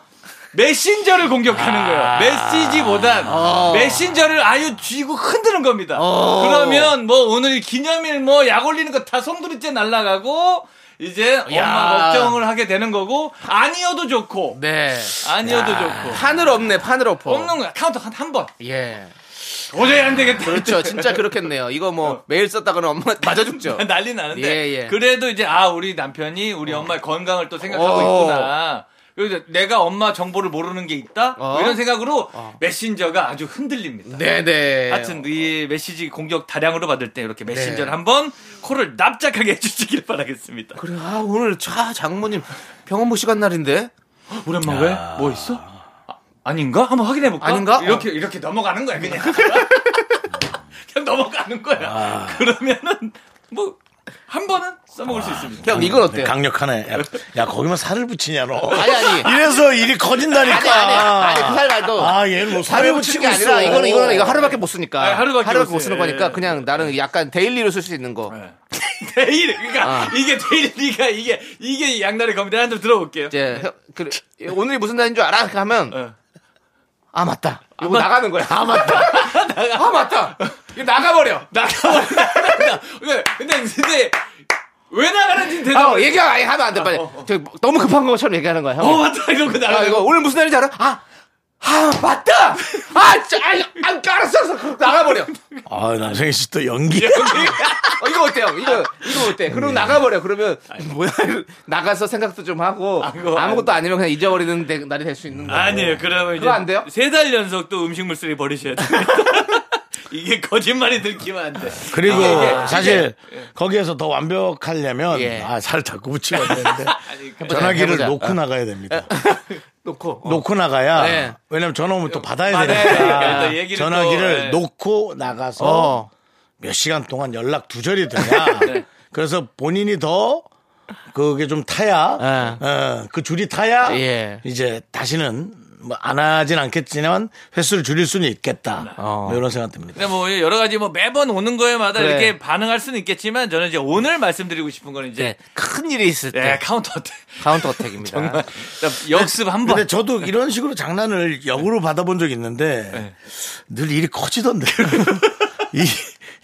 J: 메신저를 공격하는
B: 아.
J: 거예요. 메시지보단
B: 어.
J: 메신저를 아유 쥐고 흔드는 겁니다. 그러면 뭐 오늘 기념일 뭐 약 올리는 거 다 송두리째 날라가고, 이제 엄마 걱정을 하게 되는 거고, 아니어도 좋고,
B: 네.
J: 아니어도 좋고.
B: 판을 없네, 판을 엎어.
J: 없는 거야. 카운터 한, 한 번.
B: 예.
J: 도저히 안 되겠다.
B: 그렇죠. 진짜 그렇겠네요. 이거 뭐
J: 어.
B: 매일 썼다가는 엄마 맞아 죽죠.
J: 난리 나는데
B: 예, 예.
J: 그래도 이제 아 우리 남편이 우리 엄마의 건강을 또 생각하고
B: 어.
J: 있구나. 그리고 이제 내가 엄마 정보를 모르는 게 있다 뭐
B: 어.
J: 이런 생각으로 메신저가 아주 흔들립니다.
B: 네네.
J: 하여튼 이 메시지 공격 다량으로 받을 때 이렇게 메신저를
B: 네.
J: 한번 코를 납작하게 해주시길 바라겠습니다.
B: 그래, 아, 오늘 자, 장모님 병원 모시 간 날인데?
J: 오랜만 왜? 뭐 있어? 아, 아닌가? 한번 확인해 볼까?
B: 아닌가?
J: 이렇게 이렇게 넘어가는 거야 그냥. 그냥 넘어가는 거야.
B: 아.
J: 그러면은 뭐 한 번은 써먹을 수 있습니다.
B: 형, 이건 어때요?
A: 강력하네. 야, 야, 거기만 살을 붙이냐, 너.
B: 아니, 아니.
A: 이래서 일이 커진다니까.
B: 아니, 아니, 아니, 그살 말고.
A: 아, 얘는 뭐
B: 하루에
A: 살을
B: 붙이는
A: 붙이고
B: 게 아니라,
A: 있어.
B: 이거는, 이거는, 이거 하루밖에 못 쓰니까.
J: 아, 하루밖에 못 네.
B: 못
J: 쓰-
B: 쓰는
J: 예,
B: 거니까,
J: 예.
B: 그냥 나는 약간 데일리로 쓸 수 있는 거.
J: 데일 그러니까
B: 아.
J: 이게 데일리가 그러니까 이게 이게 양날의 검이다 한번 들어볼게요.
B: 이제, 형, 그, 오늘이 무슨 날인 줄 알아? 이렇게 하면,
J: 어.
B: 아, 맞다. 이거 나가는 거야. 아, 맞다. 아, 맞다. 이거 나가버려. 어,
J: 나가버려. 그러니까 근데 근데 왜 나가는지 대답.
B: 어, 얘기 아예 하면 안 돼, 빨리. 저기 너무 급한 것처럼 얘기하는 거야, 형.
J: 어 맞다 이러고
B: 아,
J: 나가.
B: 이거 오늘 무슨 날인지 알아? 아, 아, 맞다! 아, 짜, 아, 아, 알았어, 알았어. 나가버려.
A: 아, 남성희 씨 또 연기.
B: 어, 이거 어때요? 이거, 이거 어때? 그럼
J: 네.
B: 나가버려. 그러면, 뭐야, 이거 나가서 생각도 좀 하고,
J: 그거
B: 아무것도 아니면 그냥 잊어버리는 데- 날이 될 수 있는 거예요.
J: 아니에요. 그러면
B: 그거 안 돼요?
J: 이제 세 달 연속 또 음식물 쓰레기 버리셔야 돼. 이게 거짓말이 들키면 안 돼.
A: 그리고
G: 아, 예.
A: 사실 거기에서 더 완벽하려면
B: 예.
A: 아, 살 자꾸 붙이면 되는데
J: 그러니까
A: 전화기를
B: 해보자.
A: 놓고 나가야 됩니다.
B: 놓고.
A: 놓고 나가야
B: 네.
A: 왜냐면 전화 오면 또 받아야
J: 받아야 되니까 네, 또
A: 되니까
J: 얘기를 또, 예.
A: 전화기를 놓고 나가서
B: 어.
A: 몇 시간 동안 연락 두절이 되냐.
B: 네.
A: 그래서 본인이 더 그게 좀 타야
B: 예.
A: 어, 그 줄이 타야
B: 예.
A: 이제 다시는 뭐 안 하진 않겠지만 횟수를 줄일 수는 있겠다.
B: 어.
A: 뭐 이런 생각
B: 네.
A: 듭니다.
J: 근데 뭐 여러 가지 뭐 매번 오는 거에마다
B: 그래.
J: 이렇게 반응할 수는 있겠지만 저는 이제 오늘 말씀드리고 싶은 건
B: 네.
J: 이제
B: 큰 일이 있을
J: 네, 카운터 때
B: 카운터 어택입니다.
J: 역습 한 번.
A: 근데 저도 이런 식으로 장난을 역으로 받아본 적이 있는데
B: 네.
A: 늘 일이 커지던데. 이,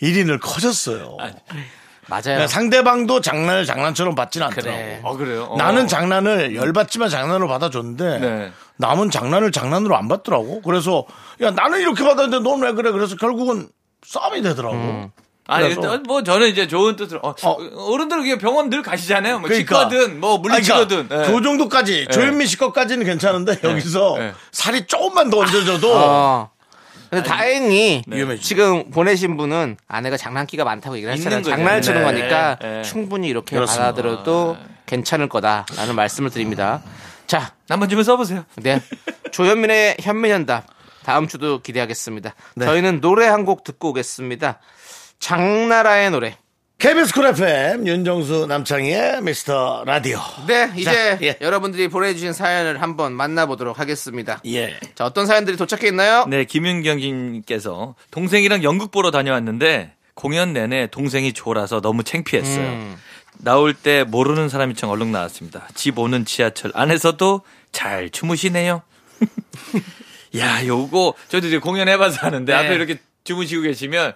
A: 일이 늘 커졌어요.
B: 맞아요.
J: 네,
A: 그러니까 상대방도 장난을 장난처럼 받진 않더라고.
B: 그래.
J: 어 그래요. 어.
A: 나는 장난을 열받지만 장난으로 받아줬는데
J: 네.
A: 남은 장난을 장난으로 안
J: 음.
A: 받더라고. 그래서 야 나는 이렇게 받았는데 넌 왜 그래? 그래서 결국은 싸움이 되더라고.
J: 아니,
G: 그래서.
J: 일단 뭐 저는 이제 좋은 뜻으로 어,
G: 어.
J: 른들은 병원 늘 가시잖아요. 뭐
A: 그러니까.
J: 치과든 뭐 물리치료든. 네.
A: 그러니까 그 정도까지 조현민 씨 것까지는 괜찮은데 여기서
J: 예.
A: 살이 조금만 더 얹어져도
J: 아.
B: 어. 근데 다행히
J: 네.
A: 위험해지죠.
B: 지금 보내신 분은 아내가 장난기가 많다고 얘기를
J: 있는
B: 했잖아요.
J: 거죠.
B: 장난을 치는
J: 네,
B: 거니까
J: 네.
B: 충분히 이렇게
A: 그렇습니다.
B: 받아들여도 괜찮을 거다라는 말씀을 드립니다. 자,
J: 한번 주면 써보세요.
B: 네. 조현민의 현민연답. 다음 주도 기대하겠습니다. 저희는 노래 한 곡 듣고 오겠습니다. 장나라의 노래.
A: KBS 쿨 FM 윤정수 남창희의 미스터 라디오
B: 네, 이제
A: 자, 예.
B: 여러분들이 보내주신 사연을 한번 만나보도록 하겠습니다.
A: 예
B: 자, 어떤 사연들이 도착해 있나요?
J: 네, 김윤경님께서 동생이랑 연극 보러 다녀왔는데 공연 내내 동생이 졸아서 너무 창피했어요.
B: 음.
J: 나올 때 모르는 사람이 청 얼른 나왔습니다. 집 오는 지하철 안에서도 잘 주무시네요. 야, 요거 저도 이제 공연 해봐서 하는데
B: 네.
J: 앞에 이렇게 주무시고 계시면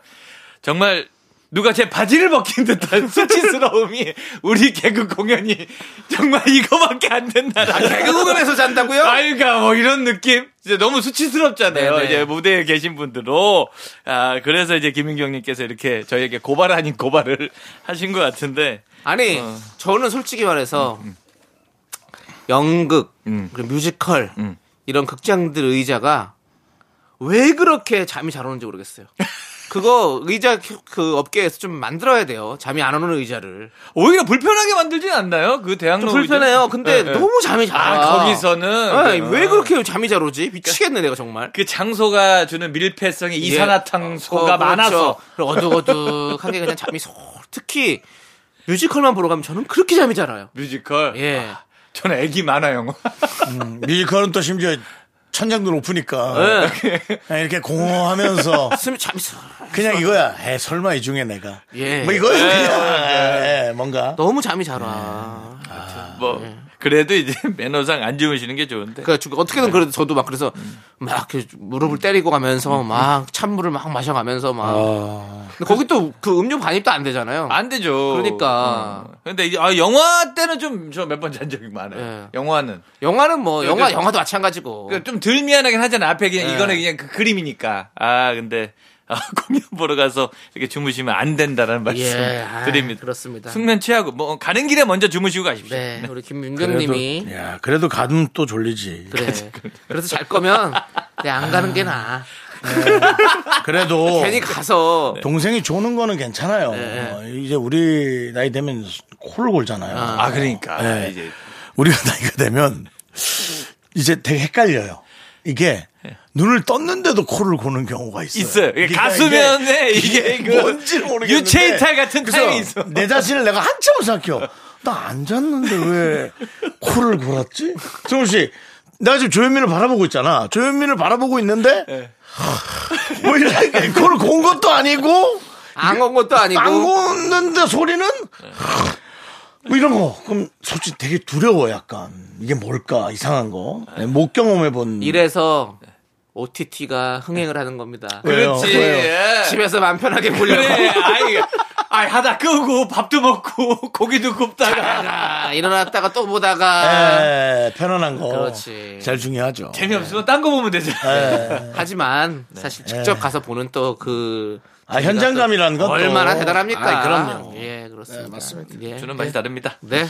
J: 정말 누가 제 바지를 벗긴 듯한 수치스러움이 우리 개그 공연이 정말 이거밖에 안 된다라는
B: 아, 개그 공연에서 잔다고요?
J: 아이가뭐 이런 느낌 진짜 너무 수치스럽잖아요
B: 네네.
J: 이제 무대에 계신 분들로 아 그래서 이제 김민경님께서 이렇게 저에게 고발 아닌 고발을 하신 것 같은데
B: 아니
J: 어.
B: 저는 솔직히 말해서 연극
J: 음.
B: 그리고 뮤지컬
J: 음.
B: 이런 극장들 의자가 왜 그렇게 잠이 잘 오는지 모르겠어요. 그거 의자 그 업계에서 좀 만들어야 돼요. 잠이 안 오는 의자를.
J: 오히려 불편하게 만들진 않나요 그 대학로
B: 좀 불편해요. 근데
J: 네, 네.
B: 너무 잠이 잘
J: 아,
B: 와.
J: 거기서는?
B: 네,
J: 어.
B: 왜 그렇게 잠이 잘 오지? 미치겠네 내가 정말.
J: 그 장소가 주는 밀폐성의 이산화탄소가
B: 예. 어, 그렇죠.
J: 많아서
B: 그리고 어둑어둑한 게 그냥 잠이 솔 특히 뮤지컬만 보러 가면 저는 그렇게 잠이 잘 와요.
J: 뮤지컬
B: 예.
J: 저는 애기 만화 영화
A: 뮤지컬은 또 심지어 천장도 높으니까
J: 네.
A: 그냥 이렇게 공허하면서
B: 숨이 잠이 쏙
A: 그냥 이거야 에 설마 이 중에 내가
B: 예.
J: 네.
A: 뭐 이거야 그냥 예, 뭔가
B: 너무 잠이 잘 와. 아,
J: 뭐 그래도 이제 매너상 안 주무시는 게 좋은데
B: 네. 그러니까 주- 어떻게든 그래도 저도 막 그래서 막 이렇게 무릎을 때리고 가면서 막 찬물을 막 마셔가면서 막.
A: 아.
B: 근데 거기 또 음. 아, 그 음료 반입도 안 되잖아요.
J: 안 되죠.
B: 그러니까.
J: 어. 근데 이제 아, 영화 때는 좀 저 몇 번 잔 적이 많아요.
B: 예.
J: 영화는.
B: 영화는 뭐
J: 네,
B: 영화
J: 네.
B: 영화도
A: 어.
B: 마찬가지고.
J: 그러니까 좀 덜 미안하긴 하잖아. 앞에 그냥
A: 네.
B: 예.
J: 이거는 그냥 그 그림이니까. 아, 근데 아, 공연 보러 가서 이렇게 주무시면 안 된다라는 말씀
B: 예, 아,
J: 드립니다.
B: 그렇습니다.
J: 숙면 취하고 뭐 가는 길에 먼저 주무시고 가십시오.
B: 네, 우리
A: 그래도-
B: 김윤경님이
A: 야 그래도 가면 또 졸리지
B: 네. 그래. 그래서 잘 거면 네, 안 가는 게 나아. 어.
A: 그래도
B: 괜히 가서
A: 동생이 조는 거는 괜찮아요
B: 네.
A: 어, 이제 우리 나이 되면 코를 골잖아요
J: 아, 그러니까.
A: 네.
J: 이제
A: 우리가 나이가 되면 이제 되게 헷갈려요. 이게 눈을 떴는데도 코를 고는 경우가 있어요.
J: 있어요. 이게
A: 그러니까
J: 가수면에 이게, 그
A: 뭔지를 모르겠는데
J: 유체 이탈 같은
A: 그래서
J: 타임이 있어.
A: 내 자신을 내가 한참 생각해요. 나 안 잤는데 왜 코를 골았지? 정우 씨, 내가 지금 조현민을 바라보고 있잖아. 조현민을 바라보고 있는데
J: 네.
A: 뭐 이렇게 코를 곤 것도 아니고
B: 안 건 것도 아니고.
A: 안 고는데 소리는 뭐 이런 거 그럼 솔직히 되게 두려워 약간 이게 뭘까 이상한 거 네, 못 경험해 본
B: 이래서 OTT가 흥행을 하는 겁니다.
A: 왜요?
J: 그렇지.
A: 왜요?
J: 예.
B: 집에서 마음 편하게 보려고.
J: 그래. 아이, 아이 하다 끄고 밥도 먹고 고기도 굽다가
B: 아, 일어났다가 또
A: 에,
B: 보다가
A: 네, 편안한 거
B: 아. 그렇지.
A: 제일 중요하죠 네.
J: 재미없으면 딴 거 보면 되잖아.
A: 예.
B: 하지만 사실 직접 가서 보는 또 그
A: 아 현장감이라는 건
B: 얼마나
A: 또.
B: 대단합니까?
A: 아, 그럼요
B: 예, 그렇습니다. 맞습니다. 예.
J: 주는 맛이 다릅니다.
B: 네.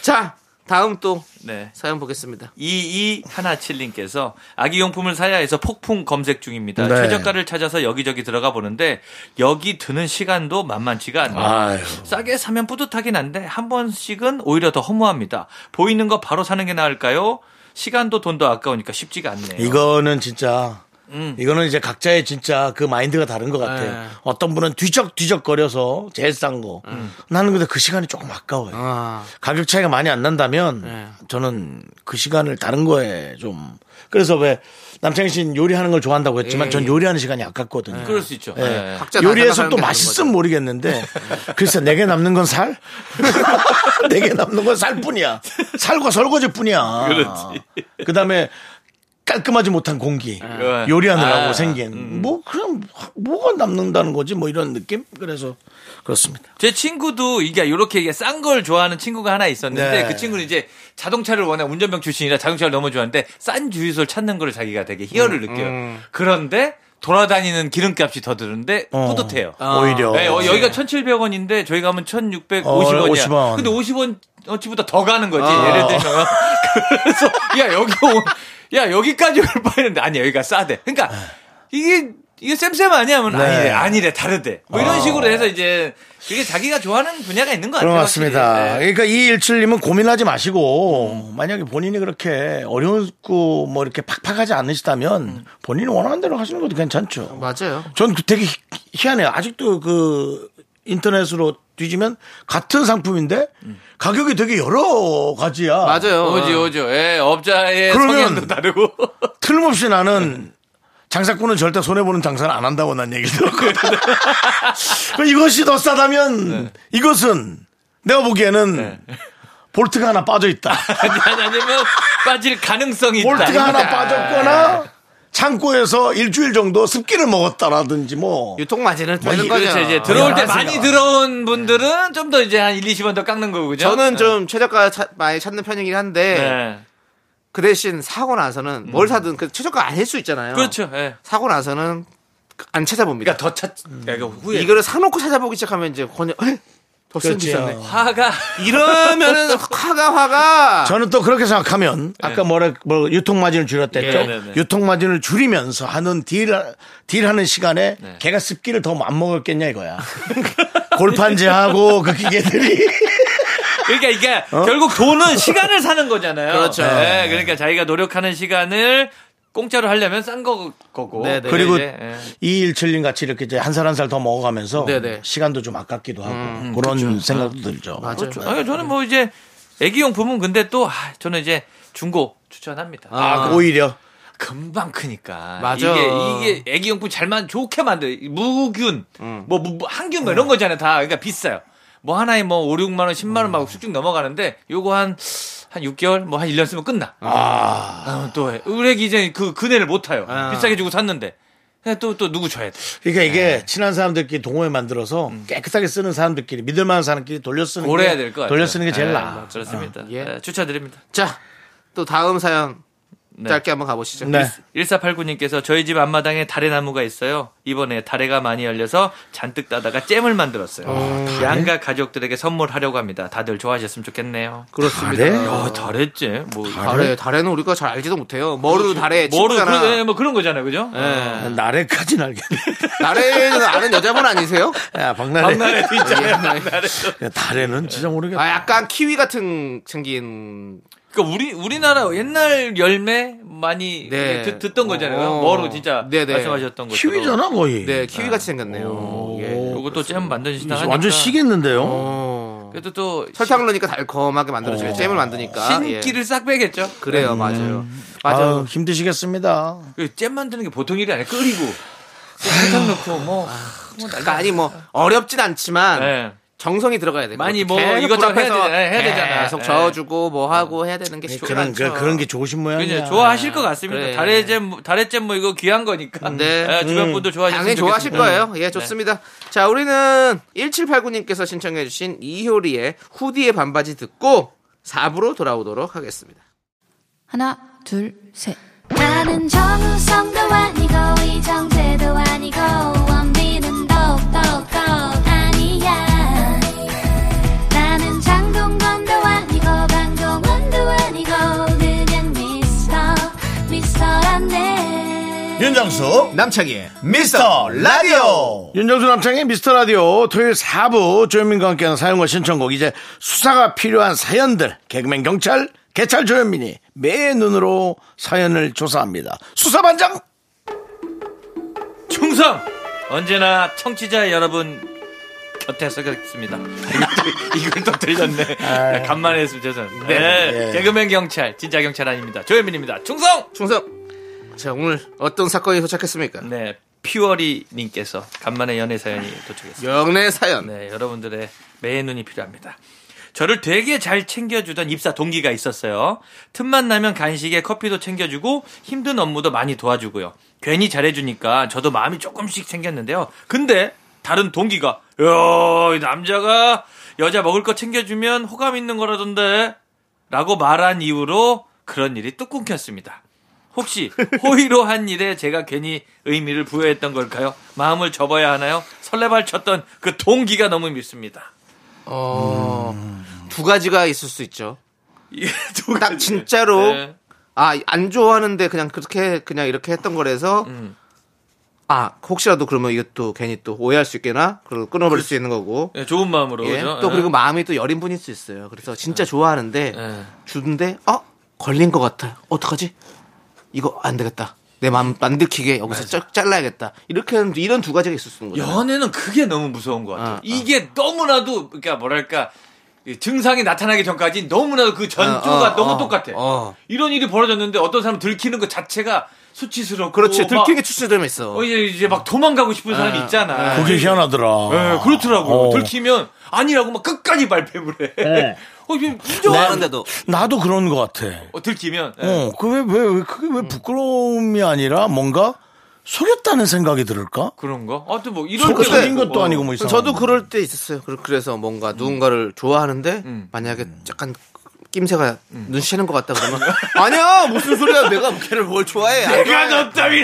B: 자, 다음 또
J: 네.
B: 사연 보겠습니다.
J: 2217님께서 아기용품을 사야 해서 폭풍 검색 중입니다.
A: 네.
J: 최저가를 찾아서 여기저기 들어가 보는데 여기 드는 시간도 만만치가 않네요.
A: 아유.
J: 싸게 사면 뿌듯하긴 한데 한 번씩은 오히려 더 허무합니다. 보이는 거 바로 사는 게 나을까요? 시간도 돈도 아까우니까 쉽지가 않네요.
A: 이거는 진짜 이거는 이제 각자의 진짜 그 마인드가 다른 것 같아요.
B: 음. 네.
A: 어떤 분은 뒤적뒤적 거려서 제일 싼 거. 나는 근데 그 시간이 조금 아까워요.
B: 음. 아,
A: 가격 차이가 많이 안 난다면
B: 네.
A: 저는 그 시간을 다른 거에 좀 그래서 왜 남창희 씨는 요리하는 걸 좋아한다고 했지만
B: 예,
A: 전
B: 예. 네,
A: 요리하는 시간이 아깝거든요.
J: 그럴 수 있죠.
A: 예.
J: 예.
B: 각자
A: 요리해서
B: 나가는
A: 또
B: 게
A: 맛있으면
B: 다른
A: 모르겠는데 글쎄 내게 남는 건 살? 내게 남는 건 살뿐이야. 살과 설거지뿐이야.
J: 그렇지.
A: 그다음에 깔끔하지 못한 공기
J: 네. 아.
A: 요리하느라고 생긴
J: 음.
A: 뭐 그냥 뭐가 남는다는 거지 뭐 이런 느낌 그래서 그렇습니다.
J: 제 친구도 이게 이렇게 이게 싼 걸 좋아하는 친구가 하나 있었는데
A: 네.
J: 그 친구는 이제 자동차를 원해
A: 음,
J: 운전병 출신이라 자동차를 너무 좋아하는데 싼 주유소를 찾는 걸 자기가 되게 희열을 느껴요. 그런데 돌아다니는 기름값이 더 드는데
A: 어.
J: 뿌듯해요.
A: 오히려.
J: 네, 어, 여기가 1,700원인데 저희 가면
A: 어,
J: 1,650원이야.
A: 50 원. 아.
J: 근데 50원 어치보다 더 가는 거지. 예를 들면 그래서 야 여기 오- 야 여기까지 올 바에는 아니 여기가 싸대. 그러니까 이게 이게 쌤쌤 아니야?
A: 네.
J: 하면 아니래, 아니래, 다르대. 뭐 이런 식으로 해서 이제 그게 자기가 좋아하는 분야가 있는 것 같아요.
A: 그런 것
J: 확실히.
A: 같습니다.
J: 네.
A: 그러니까 217님은 고민하지 마시고 만약에 본인이 그렇게 어려웠고 뭐 이렇게 팍팍하지 않으시다면 본인이 원하는 대로 하시는 것도 괜찮죠.
B: 맞아요.
A: 전그 되게 희- 희한해요. 아직도 그 인터넷으로 뒤지면 같은 상품인데 가격이 되게 여러 가지야.
B: 맞아요. 어.
J: 오지 오죠. 예, 업자의
A: 그러면-
J: 성향도 다르고.
A: 틀림없이 나는 장사꾼은 절대 손해보는 장사를 안 한다고 난 얘기 들었거든. 그 이것이 더 싸다면
B: 네.
A: 이것은 내가 보기에는 볼트가 하나 빠져 있다.
J: 아니, 아니, 아니면 빠질 가능성이 있다.
A: 볼트가 하나
B: 네.
A: 빠졌거나 창고에서 일주일 정도 습기를 먹었다라든지 뭐.
B: 유통 마진을 빼는
J: 그렇죠.
B: 거죠.
J: 이제 들어올 때
A: 아, 맞습니다.
J: 많이 들어온 분들은 좀 더 이제 한 1, 20원 더 깎는 거고, 그죠?
B: 저는 좀 최저가 차- 많이 찾는 편이긴 한데
J: 네.
B: 그 대신 사고 나서는 뭘 사든 그 최저가 아닐 수 있잖아요.
J: 그렇죠. 예.
B: 사고 나서는 안 찾아봅니다.
J: 그러니까 더 찾, 그러니까 후에.
B: 이거를 사놓고 찾아보기 시작하면 이제 어? 권유 더쓴 비쌌네.
J: 화가.
B: 이러면은 화가 화가
A: 저는 또 그렇게 생각하면 아까 뭐라 뭐 유통 마진을 줄였댔죠.
J: 예, 네, 네.
A: 유통 마진을 줄이면서 하는 딜 딜하는 시간에 걔가 습기를 더 안 먹었겠냐 이거야. 골판지하고 그 기계들이
J: 그러니까 이게 결국 돈은 시간을 사는 거잖아요.
B: 그렇죠.
J: 예, 그러니까 자기가 노력하는 시간을 공짜로 하려면 싼 거, 거고.
B: 네, 네.
A: 그리고
J: 이제, 예.
A: 217님 같이 이렇게 이제 한 살 한 살 더 먹어가면서
B: 네, 네.
A: 시간도 좀 아깝기도 하고 그런 생각도 들죠.
B: 맞아요.
J: 아니, 저는 뭐 이제 애기용품은 근데 또 아, 저는 이제 중고 추천합니다.
A: 아, 오히려
J: 금방 크니까.
B: 맞아.
J: 이게, 이게 애기용품 잘만 좋게 만들 무균,
A: 음.
J: 뭐, 무- 뭐 항균 뭐 이런 거잖아요. 다. 그러니까 비싸요. 뭐 하나에 뭐 5, 6만원, 10만원
A: 음.
J: 막 쭉쭉 넘어가는데 요거 한, 한 6개월, 뭐 한 1년 쓰면 끝나. 아. 또 해. 의뢰기 이제 그 그네를 못 타요.
A: 아.
J: 비싸게 주고 샀는데. 그냥 또, 또 누구 줘야 돼.
A: 그러니까 이게 친한 사람들끼리 동호회 만들어서 깨끗하게 쓰는 사람들끼리 믿을 만한 사람끼리 돌려 쓰는
J: 오래 해야
A: 게
J: 될 것 같아요.
A: 그러니까 돌려 쓰는 게 제일
J: 예,
A: 나아.
J: 그렇습니다.
B: 예.
J: 예, 추천드립니다.
B: 자 또 다음 사연
J: 네.
B: 짧게 한번 가보시죠.
A: 네.
J: 1489님께서 저희 집 앞마당에 다래 나무가 있어요. 이번에 다래가 많이 열려서 잔뜩 따다가 잼을 만들었어요.
B: 아,
J: 양가 가족들에게 선물하려고 합니다. 다들 좋아하셨으면 좋겠네요.
A: 아,
B: 그렇습니다.
J: 야, 다래잼. 뭐
B: 달에 달에는 우리가 잘 알지도 못해요. 머루 달에
J: 뭐를
B: 친구잖아.
J: 그런- 예, 뭐 그런 거잖아요. 그죠?
B: 예.
A: 나래까지는 알겠네.
B: 달에는 아는 여자분 아니세요?
A: 야, 박나래.
J: 옛날에 있잖아요.
A: 야, 달에는 진짜 모르겠다.
B: 아 약간 키위 같은 생긴
J: 그러니까 우리 우리나라 옛날 열매 많이
B: 네.
J: 듣, 듣던 거잖아요.
B: 어.
J: 뭐로 진짜
B: 네, 네.
J: 말씀하셨던 거.
A: 키위잖아, 거의.
B: 네 키위 같이 생겼네요. 예.
J: 요것도 잼 만드시다 하니까
A: 완전 시겠는데요?
B: 어.
J: 그래도 또
B: 설탕을 넣으니까 달콤하게 만들어줘요. 잼을 만드니까. 예.
J: 신기를 싹 빼겠죠.
B: 그래요, 맞아요. 맞아요.
A: 아유, 힘드시겠습니다.
J: 그잼 만드는 게 보통 일이 아니에요. 끓이고 설탕 넣고 뭐
B: 그러니까 아니 뭐 어렵진 않지만
J: 예.
B: 정성이 들어가야 돼.
J: 많이 뭐 이것저것 해야
B: 해서
J: 되- 해야 되잖아.
B: 계속
J: 예.
B: 저어주고 뭐 하고 해야 되는 게 쉽지
A: 저는
B: 않죠.
A: 그, 그런 게 좋으신 모양이야.
J: 그죠. 좋아하실 것 같습니다.
B: 그래.
J: 다래잼 뭐- 다래잼 뭐 이거 귀한 거니까.
B: 네.
J: 예,
A: 음.
J: 주변 분들 네. 좋아하시면
B: 당연히 좋아하실 거예요. 예, 좋습니다. 자, 우리는 1789님께서 신청해주신 이효리의 후디의 반바지 듣고 4부로 돌아오도록 하겠습니다.
K: 하나, 둘, 셋.
E: 나는 정우성도 아니고 이정재도 아니고 원빈은 더욱더 아니야 나는 장동건도 아니고 방종원도 아니고 그냥 미스터 미스터란데
G: 윤정수 남창희의 미스터 라디오
A: 윤정수 남창의 미스터 라디오 토요일 4부 조현민과 함께하는 사연과 신청곡 이제 수사가 필요한 사연들 개그맨 경찰 개찰 조현민이 매의 눈으로 사연을 조사합니다. 수사반장
J: 음. 충성 언제나 청취자 여러분 곁에 서겠습니다. 이걸 또 들렸네. 간만에 했으면 죄송합니다. 네.
A: 예.
J: 개그맨 경찰 진짜 경찰 아닙니다. 조현민입니다. 충성.
B: 충성! 자, 오늘 어떤 사건이 도착했습니까?
J: 네. 퓨어리 님께서 간만에 연애 사연이 도착했습니다.
B: 영내 사연.
J: 네, 여러분들의 매의 눈이 필요합니다. 저를 되게 잘 챙겨주던 입사 동기가 있었어요. 틈만 나면 간식에 커피도 챙겨주고 힘든 업무도 많이 도와주고요. 괜히 잘해주니까 저도 마음이 조금씩 생겼는데요. 근데 다른 동기가 야이 남자가 여자 먹을 거 챙겨주면 호감 있는 거라던데 라고 말한 이후로 그런 일이 뚝 끊겼습니다. 혹시 호의로 한 일에 제가 괜히 의미를 부여했던 걸까요? 마음을 접어야 하나요? 설레발 쳤던 그 동기가 너무 밉습니다.
B: 어, 두 가지가 있을 수 있죠.
J: 이게 두
B: 딱
J: 가지.
B: 진짜로
J: 네.
B: 아 안 좋아하는데 그냥 그렇게 그냥 이렇게 했던 거라서
J: 음.
B: 아 혹시라도 그러면 이것도 괜히 또 오해할 수 있겠나 그리고 끊어버릴 수 있는 거고
J: 예, 좋은 마음으로
B: 예.
J: 그죠?
B: 또 그리고
J: 예.
B: 마음이 또 여린 분일 수 있어요. 그래서 진짜 좋아하는데
J: 예.
B: 주는데 어 걸린 것 같아. 어떡하지? 이거 안 되겠다. 내 마음 안 들키게 여기서 쫙 잘라야겠다. 이렇게 하는 이런 두 가지가 있을 수 있는 거예요.
J: 네. 연애는 그게 너무 무서운 것 같아요.
B: 아, 아.
J: 이게 너무나도 그러니까 뭐랄까 이 증상이 나타나기 전까지 너무나도 그 전조가
B: 어, 어,
J: 너무
B: 어,
J: 똑같아.
B: 어.
J: 이런 일이 벌어졌는데 어떤 사람 들키는 것 자체가 수치스럽고
B: 그렇지.
J: 뭐, 막
B: 들키게 추스름이 있어.
J: 어, 이제, 이제 막 도망가고 싶은 사람이 있잖아.
B: 예.
A: 그게 희한하더라.
J: 예, 그렇더라고.
A: 어. 네.
J: 들키면 아니라고 막 끝까지 발뺌을 해. 어, 이게 인정하는데
B: 뭐 좋아하는데도
A: 나도 그런 것 같아.
J: 어, 들키면 예.
A: 어, 그 왜, 왜, 왜, 그게 왜 부끄러움이 아니라 뭔가 속였다는 생각이 들을까?
J: 그런 거. 아무튼 뭐 이런
A: 속
J: 게
A: 인 것도 아니고 뭐 이상.
B: 저도 그럴 때 있었어요. 그래- 그래서 뭔가
J: 음.
B: 누군가를 좋아하는데 만약에
A: 음.
B: 약간 낌새가
J: 음.
B: 눈치채는 것 같다 그러면 아니야 무슨 소리야 내가 걔를 뭘 좋아해 안
J: 내가 너 따위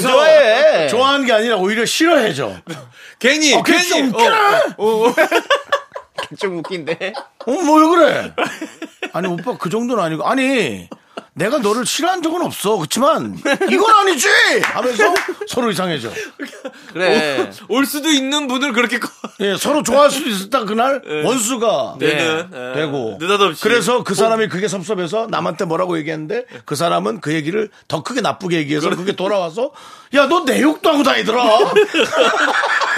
A: 좋아해. 좋아하는 게 아니라 오히려 싫어해져.
J: 괜히
A: 어, 그게
J: 괜히
A: 좀 웃겨라.
J: 어, 어, 어.
B: 좋아해. 좀 웃긴데
A: 어, 뭐 그래? 아니, 오빠 그 정도는 아니고. 아니, 내가 너를 싫어한 적은 없어. 그렇지만 이건 아니지! 하면서 서로 이상해져.
B: 그래
J: 올 수도 있는 분을 그렇게 꺼-
A: 예, 서로 좋아할 수도 있었다 그날 원수가
J: 되는 예.
A: 되고
J: 느닷없이
A: 그래서 그 사람이 그게 섭섭해서 남한테 뭐라고 얘기했는데 그 사람은 그 얘기를 더 크게 나쁘게 얘기해서 그게 돌아와서 야 너 내 욕도 하고 다니더라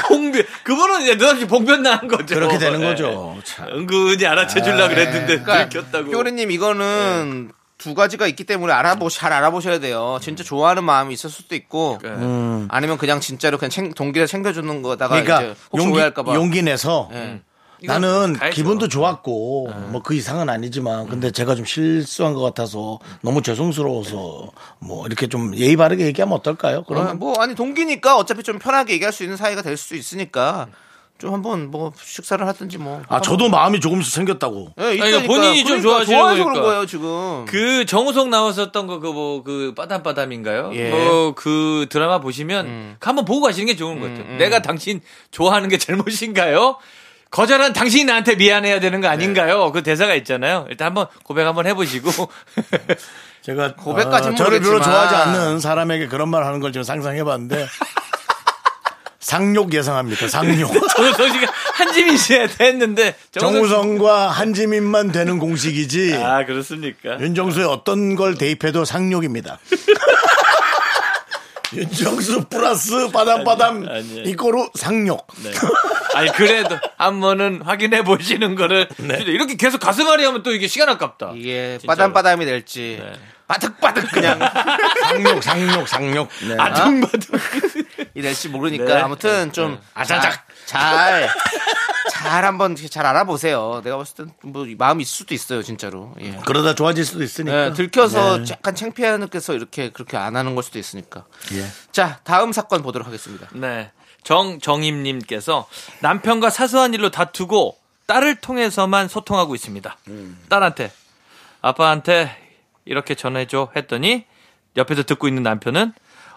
J: 봉변 그분은 이제 느닷없이 봉변 나한 거죠.
A: 그렇게 되는
J: 예.
A: 거죠 예. 참.
J: 은근히 알아채주려 그랬는데 들켰다고.
B: 그러니까
J: 네.
B: 효리님 이거는 두 가지가 있기 때문에 알아보 잘 알아보셔야 돼요. 진짜 좋아하는 마음이 있을 수도 있고
J: 예.
B: 아니면 그냥 진짜로 그냥 챙- 동기를 챙겨주는 거다가
A: 음. 그러니까
B: 아, 이제 혹시 오해할까봐
A: 용기 내서
B: 예.
A: 나는
J: 가야죠.
A: 기분도 좋았고 뭐 그 이상은 아니지만 근데 제가 좀 실수한 것 같아서 너무 죄송스러워서 뭐 이렇게 좀 예의 바르게 얘기하면 어떨까요?
B: 어,
A: 그러면
B: 뭐 아니 동기니까 어차피 좀 편하게 얘기할 수 있는 사이가 될 수 있으니까
J: 네.
B: 좀 한번 뭐 식사를 하든지 뭐.
A: 아 저도 마음이 조금씩 생겼다고
B: 예, 있다니까.
J: 그러니까 본인이 좀 좋아하시는
B: 좋아해서 그런
J: 거니까.
B: 거예요 지금.
J: 그 정우성 나왔었던 거 그 뭐 그 빠담빠담인가요?
B: 예.
J: 뭐 그 드라마 보시면 그 한번 보고 가시는 게 좋은 것 같아요. 내가 당신 좋아하는 게 잘못인가요? 거절한 당신이 나한테 미안해야 되는 거 아닌가요? 그 대사가 있잖아요. 일단 한번 고백 한번 해보시고
A: 제가
B: 고백까지는
A: 어, 저를 별로
B: 모르겠지만.
A: 좋아하지 않는 사람에게 그런 말 하는 걸 지금 상상해봤는데 상욕 예상합니다. 상욕.
J: 정우성 씨가 한지민 씨한테 했는데 정우성 씨-
A: 정우성과 한지민만 되는 공식이지
J: 아 그렇습니까?
A: 윤정수의 어떤 걸 대입해도 상욕입니다. 윤정수 플러스 바담바담
J: 아니, 아니.
A: 이거로 상욕.
J: 네. 아니 그래도 한 번은 확인해 보시는 거를 이렇게 계속 가슴앓이 하면 또 이게 시간 아깝다.
B: 이게
J: 진짜로. 네.
B: 빠담빠담이 될지 바득바득 그냥
A: 상욕, 상욕, 상욕. 네.
J: 아둥바둥.
B: 이 될지 모르니까
J: 네.
B: 아무튼 좀
J: 아자작.
B: 잘. 잘 한번 잘 알아보세요. 내가 봤을 땐뭐 마음이 있을 수도 있어요, 진짜로.
J: 네.
B: 예.
A: 그러다 좋아질 수도 있으니까.
B: 예, 들켜서 약간 창피하게서 이렇게 그렇게 안 하는 걸 수도 있으니까.
J: 예.
B: 자, 다음 사건 보도록 하겠습니다.
J: 네. 정정임님께서 남편과 사소한 일로 다투고 딸을 통해서만 소통하고 있습니다. 딸한테 아빠한테 이렇게 전해줘 했더니 옆에서 듣고 있는 남편은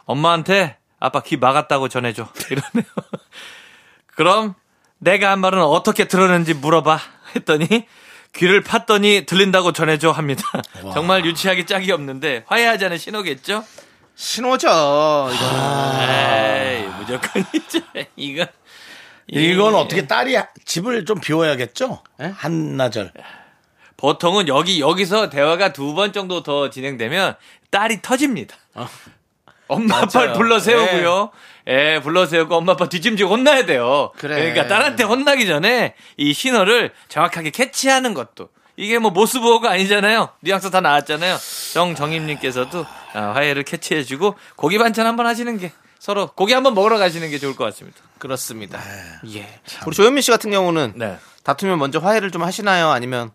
J: 엄마한테 아빠 귀 막았다고 전해줘 이러네요. 그럼 내가 한 말은 어떻게 들었는지 물어봐 했더니 귀를 팠더니 들린다고 전해줘 합니다. 정말 유치하기 짝이 없는데 화해하지 않은 신호겠죠?
B: 신호죠.
J: 아.
B: 이거는.
J: 에이, 무조건 이제 이거
A: 이건
J: 예.
A: 어떻게 딸이 집을 좀 비워야겠죠? 한나절.
J: 예. 보통은 여기 여기서 대화가 두 번 정도 더 진행되면 딸이 터집니다. 엄마 아빠를 불러 세우고요. 예, 불러 세우고 엄마 아빠 뒤짐지고 혼나야 돼요.
B: 그래.
J: 러니까 딸한테 혼나기 전에 이 신호를 정확하게 캐치하는 것도 이게 뭐 모스보호가 아니잖아요. 뉘앙스 다 나왔잖아요. 정정임님께서도 아, 화해를 캐치해주고 고기 반찬 한번 하시는 게 서로 고기 한번 먹으러 가시는 게 좋을 것 같습니다.
B: 그렇습니다. 예. 우리 조현민 씨 같은 경우는
J: 네.
B: 다투면 먼저 화해를 좀 하시나요? 아니면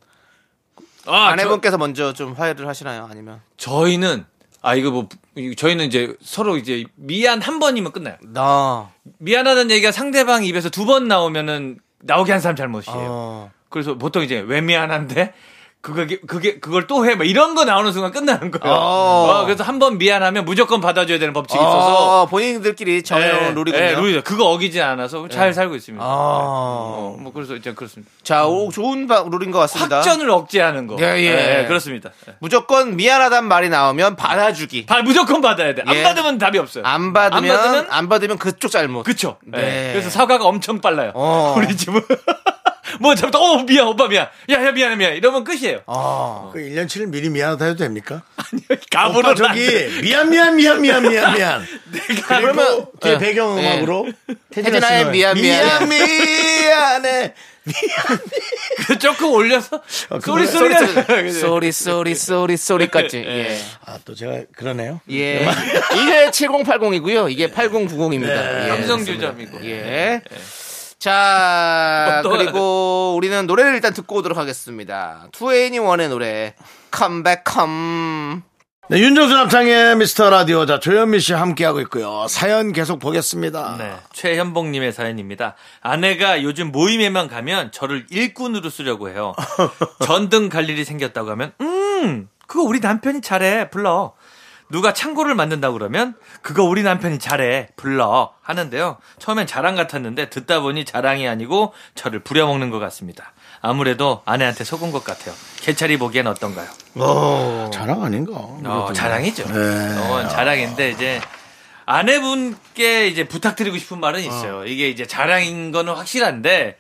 J: 아, 저-
B: 아내분께서 네, 먼저 좀 화해를 하시나요? 아니면
J: 저희는 아 이거 뭐 이거 저희는 이제 서로 이제 미안 한 번이면 끝나요.
B: 나 어.
J: 미안하다는 얘기가 상대방 입에서 두 번 나오면은 나오게 한 사람 잘못이에요.
B: 어.
J: 그래서 보통 이제 왜 미안한데 그게 그게 그걸 또 해. 막 이런 거 나오는 순간 끝나는 거예요.
B: 어.
J: 어, 그래서 한 번 미안하면 무조건 받아줘야 되는 법칙이 있어서
B: 어, 본인들끼리 정해놓은
J: 예,
B: 네. 룰이군요. 예.
J: 예, 룰이죠. 그거 어기지 않아서 잘 살고 있습니다.
B: 아.
J: 어, 뭐 그래서 이제 그렇습니다.
B: 자, 오, 좋은 바- 룰인 것 같습니다.
J: 확전을 억제하는 거.
B: 예, 예.
J: 그렇습니다. 예.
B: 무조건 미안하단 말이 나오면 받아주기.
J: 바- 무조건 받아야 돼. 안
B: 예.
J: 받으면 답이 없어요.
B: 안 받으면 안
J: 받으면?
B: 받으면, 그쪽 잘못.
J: 그쵸. 예.
B: 네.
J: 그래서 사과가 엄청 빨라요.
B: 어.
J: 우리 집은. 뭐, 잡다, 어, 미안, 오빠 미안. 야, 야, 미안해, 미안해. 이러면 끝이에요.
A: 그 1년치를 미리 미안하다 해도 됩니까?
J: 가보는
A: 오빠 어, 저기 미안 미안 미안 미안 미안 미안. 그러면 뒤에
B: 예.
A: 배경음악으로
B: 태진아의 미안,
A: 미안
B: 미안.
A: 미안해.
J: 조금 올려서. 소리, 소리.
B: 쏘리 쏘리 쏘리 쏘리까지. 예.
A: 아 또 제가 그러네요.
B: 예. 이게 7080이고요. 이게 8090입니다. 예.
J: 감성 교정이고.
B: 예. 자,
J: 네. 또
B: 그리고 우리는 노래를 일단 듣고 오도록 하겠습니다. 투애니 원의 노래 컴백 컴.
A: 네, 윤정수 남창의 미스터 라디오 자 조현미 씨 함께하고 있고요. 사연 계속 보겠습니다.
J: 네. 최현봉님의 사연입니다. 아내가 요즘 모임에만 가면 저를 일꾼으로 쓰려고 해요. 전등 갈 일이 생겼다고 하면, 음, 그거 우리 남편이 잘해. 불러. 누가 창고를 만든다고 그러면, 그거 우리 남편이 잘해. 불러. 하는데요. 처음엔 자랑 같았는데, 듣다 보니 자랑이 아니고, 저를 부려먹는 것 같습니다. 아무래도 아내한테 속은 것 같아요. 개찰이 보기엔 어떤가요?
A: 자랑 아닌가?
J: 어, 자랑이죠. 어, 자랑인데 이제 아내분께 이제 부탁드리고 싶은 말은 있어요. 이게 이제 자랑인 거는 확실한데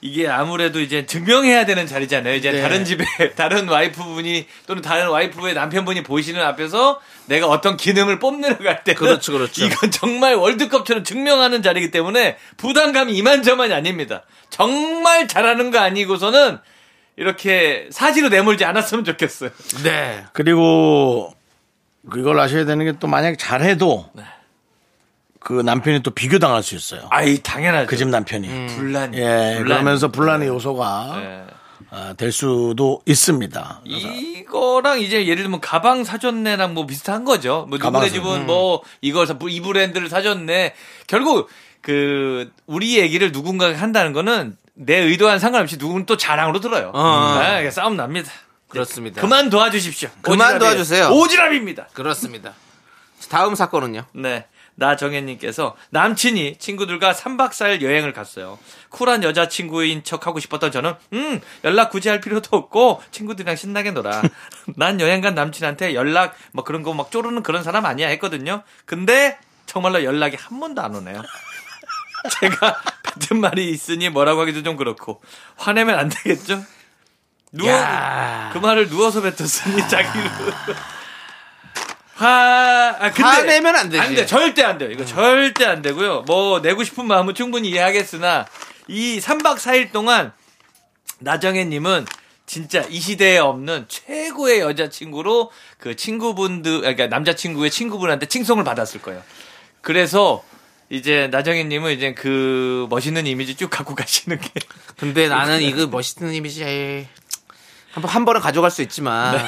J: 이게 아무래도 이제 증명해야 되는 자리잖아요. 이제 다른 집에 다른 와이프분이 또는 다른 와이프의 남편분이 보시는 앞에서 내가 어떤 기능을 뽐내러 갈 때,
B: 그렇죠, 그렇죠.
J: 이건 정말 월드컵처럼 증명하는 자리이기 때문에 부담감이 이만저만이 아닙니다. 정말 잘하는 거 아니고서는 이렇게 사지로 내몰지 않았으면 좋겠어요.
B: 네.
A: 그리고 그걸 아셔야 되는 게 또 만약 잘해도 그 남편이 또 비교당할 수 있어요.
J: 아이 음. 당연하죠.
A: 그 집 남편이.
B: 음.
J: 분란.
A: 예,
J: 분란.
A: 그러면서 분란의 요소가
J: 예.
A: 아, 될 수도 있습니다. 그래서
J: 이거랑 이제 예를 들면 가방 사줬네랑 뭐 비슷한 거죠. 뭐 누구네
A: 가방
B: 음.
J: 집은 뭐 이걸 사- 이 브랜드를 사줬네. 결국 그 우리 얘기를 누군가가 한다는 거는 내 의도와는 상관없이 누군 또 자랑으로 들어요.
B: 어.
J: 네, 이게 싸움 납니다.
B: 그렇습니다.
J: 그만 도와주십시오.
B: 그만
J: 오지랖이에요.
B: 도와주세요.
J: 오지랖입니다.
B: 그렇습니다. 다음 사건은요.
J: 네. 나정현님께서 남친이 친구들과 3박 4일 여행을 갔어요. 쿨한 여자친구인 척 하고 싶었던 저는, 음, 연락 굳이 할 필요도 없고, 친구들이랑 신나게 놀아. 난 여행 간 남친한테 연락, 뭐 그런 거 막 쪼르는 그런 사람 아니야 했거든요. 근데, 정말로 연락이 한 번도 안 오네요. 제가 같은 말이 있으니 뭐라고 하기도 좀 그렇고, 화내면 안 되겠죠? 누워,
B: 야. 아.
J: 그 말을 누워서 뱉었으니 자기로. 화, 아, 근데.
B: 화내면 안 되지.
J: 안 돼. 절대 안 돼요. 이거 절대 안 되고요. 뭐, 내고 싶은 마음은 충분히 이해하겠으나, 이 3박 4일 동안, 나정혜님은, 진짜 이 시대에 없는 최고의 여자친구로 그 친구분들, 그러니까 남자친구의 친구분한테 칭송을 받았을 거예요. 그래서, 이제 나정혜님은 이제 그 멋있는 이미지 쭉 갖고 가시는 게.
B: 근데 나는 이거 멋있는 이미지 한번 한 번은 가져갈 수 있지만
J: 네.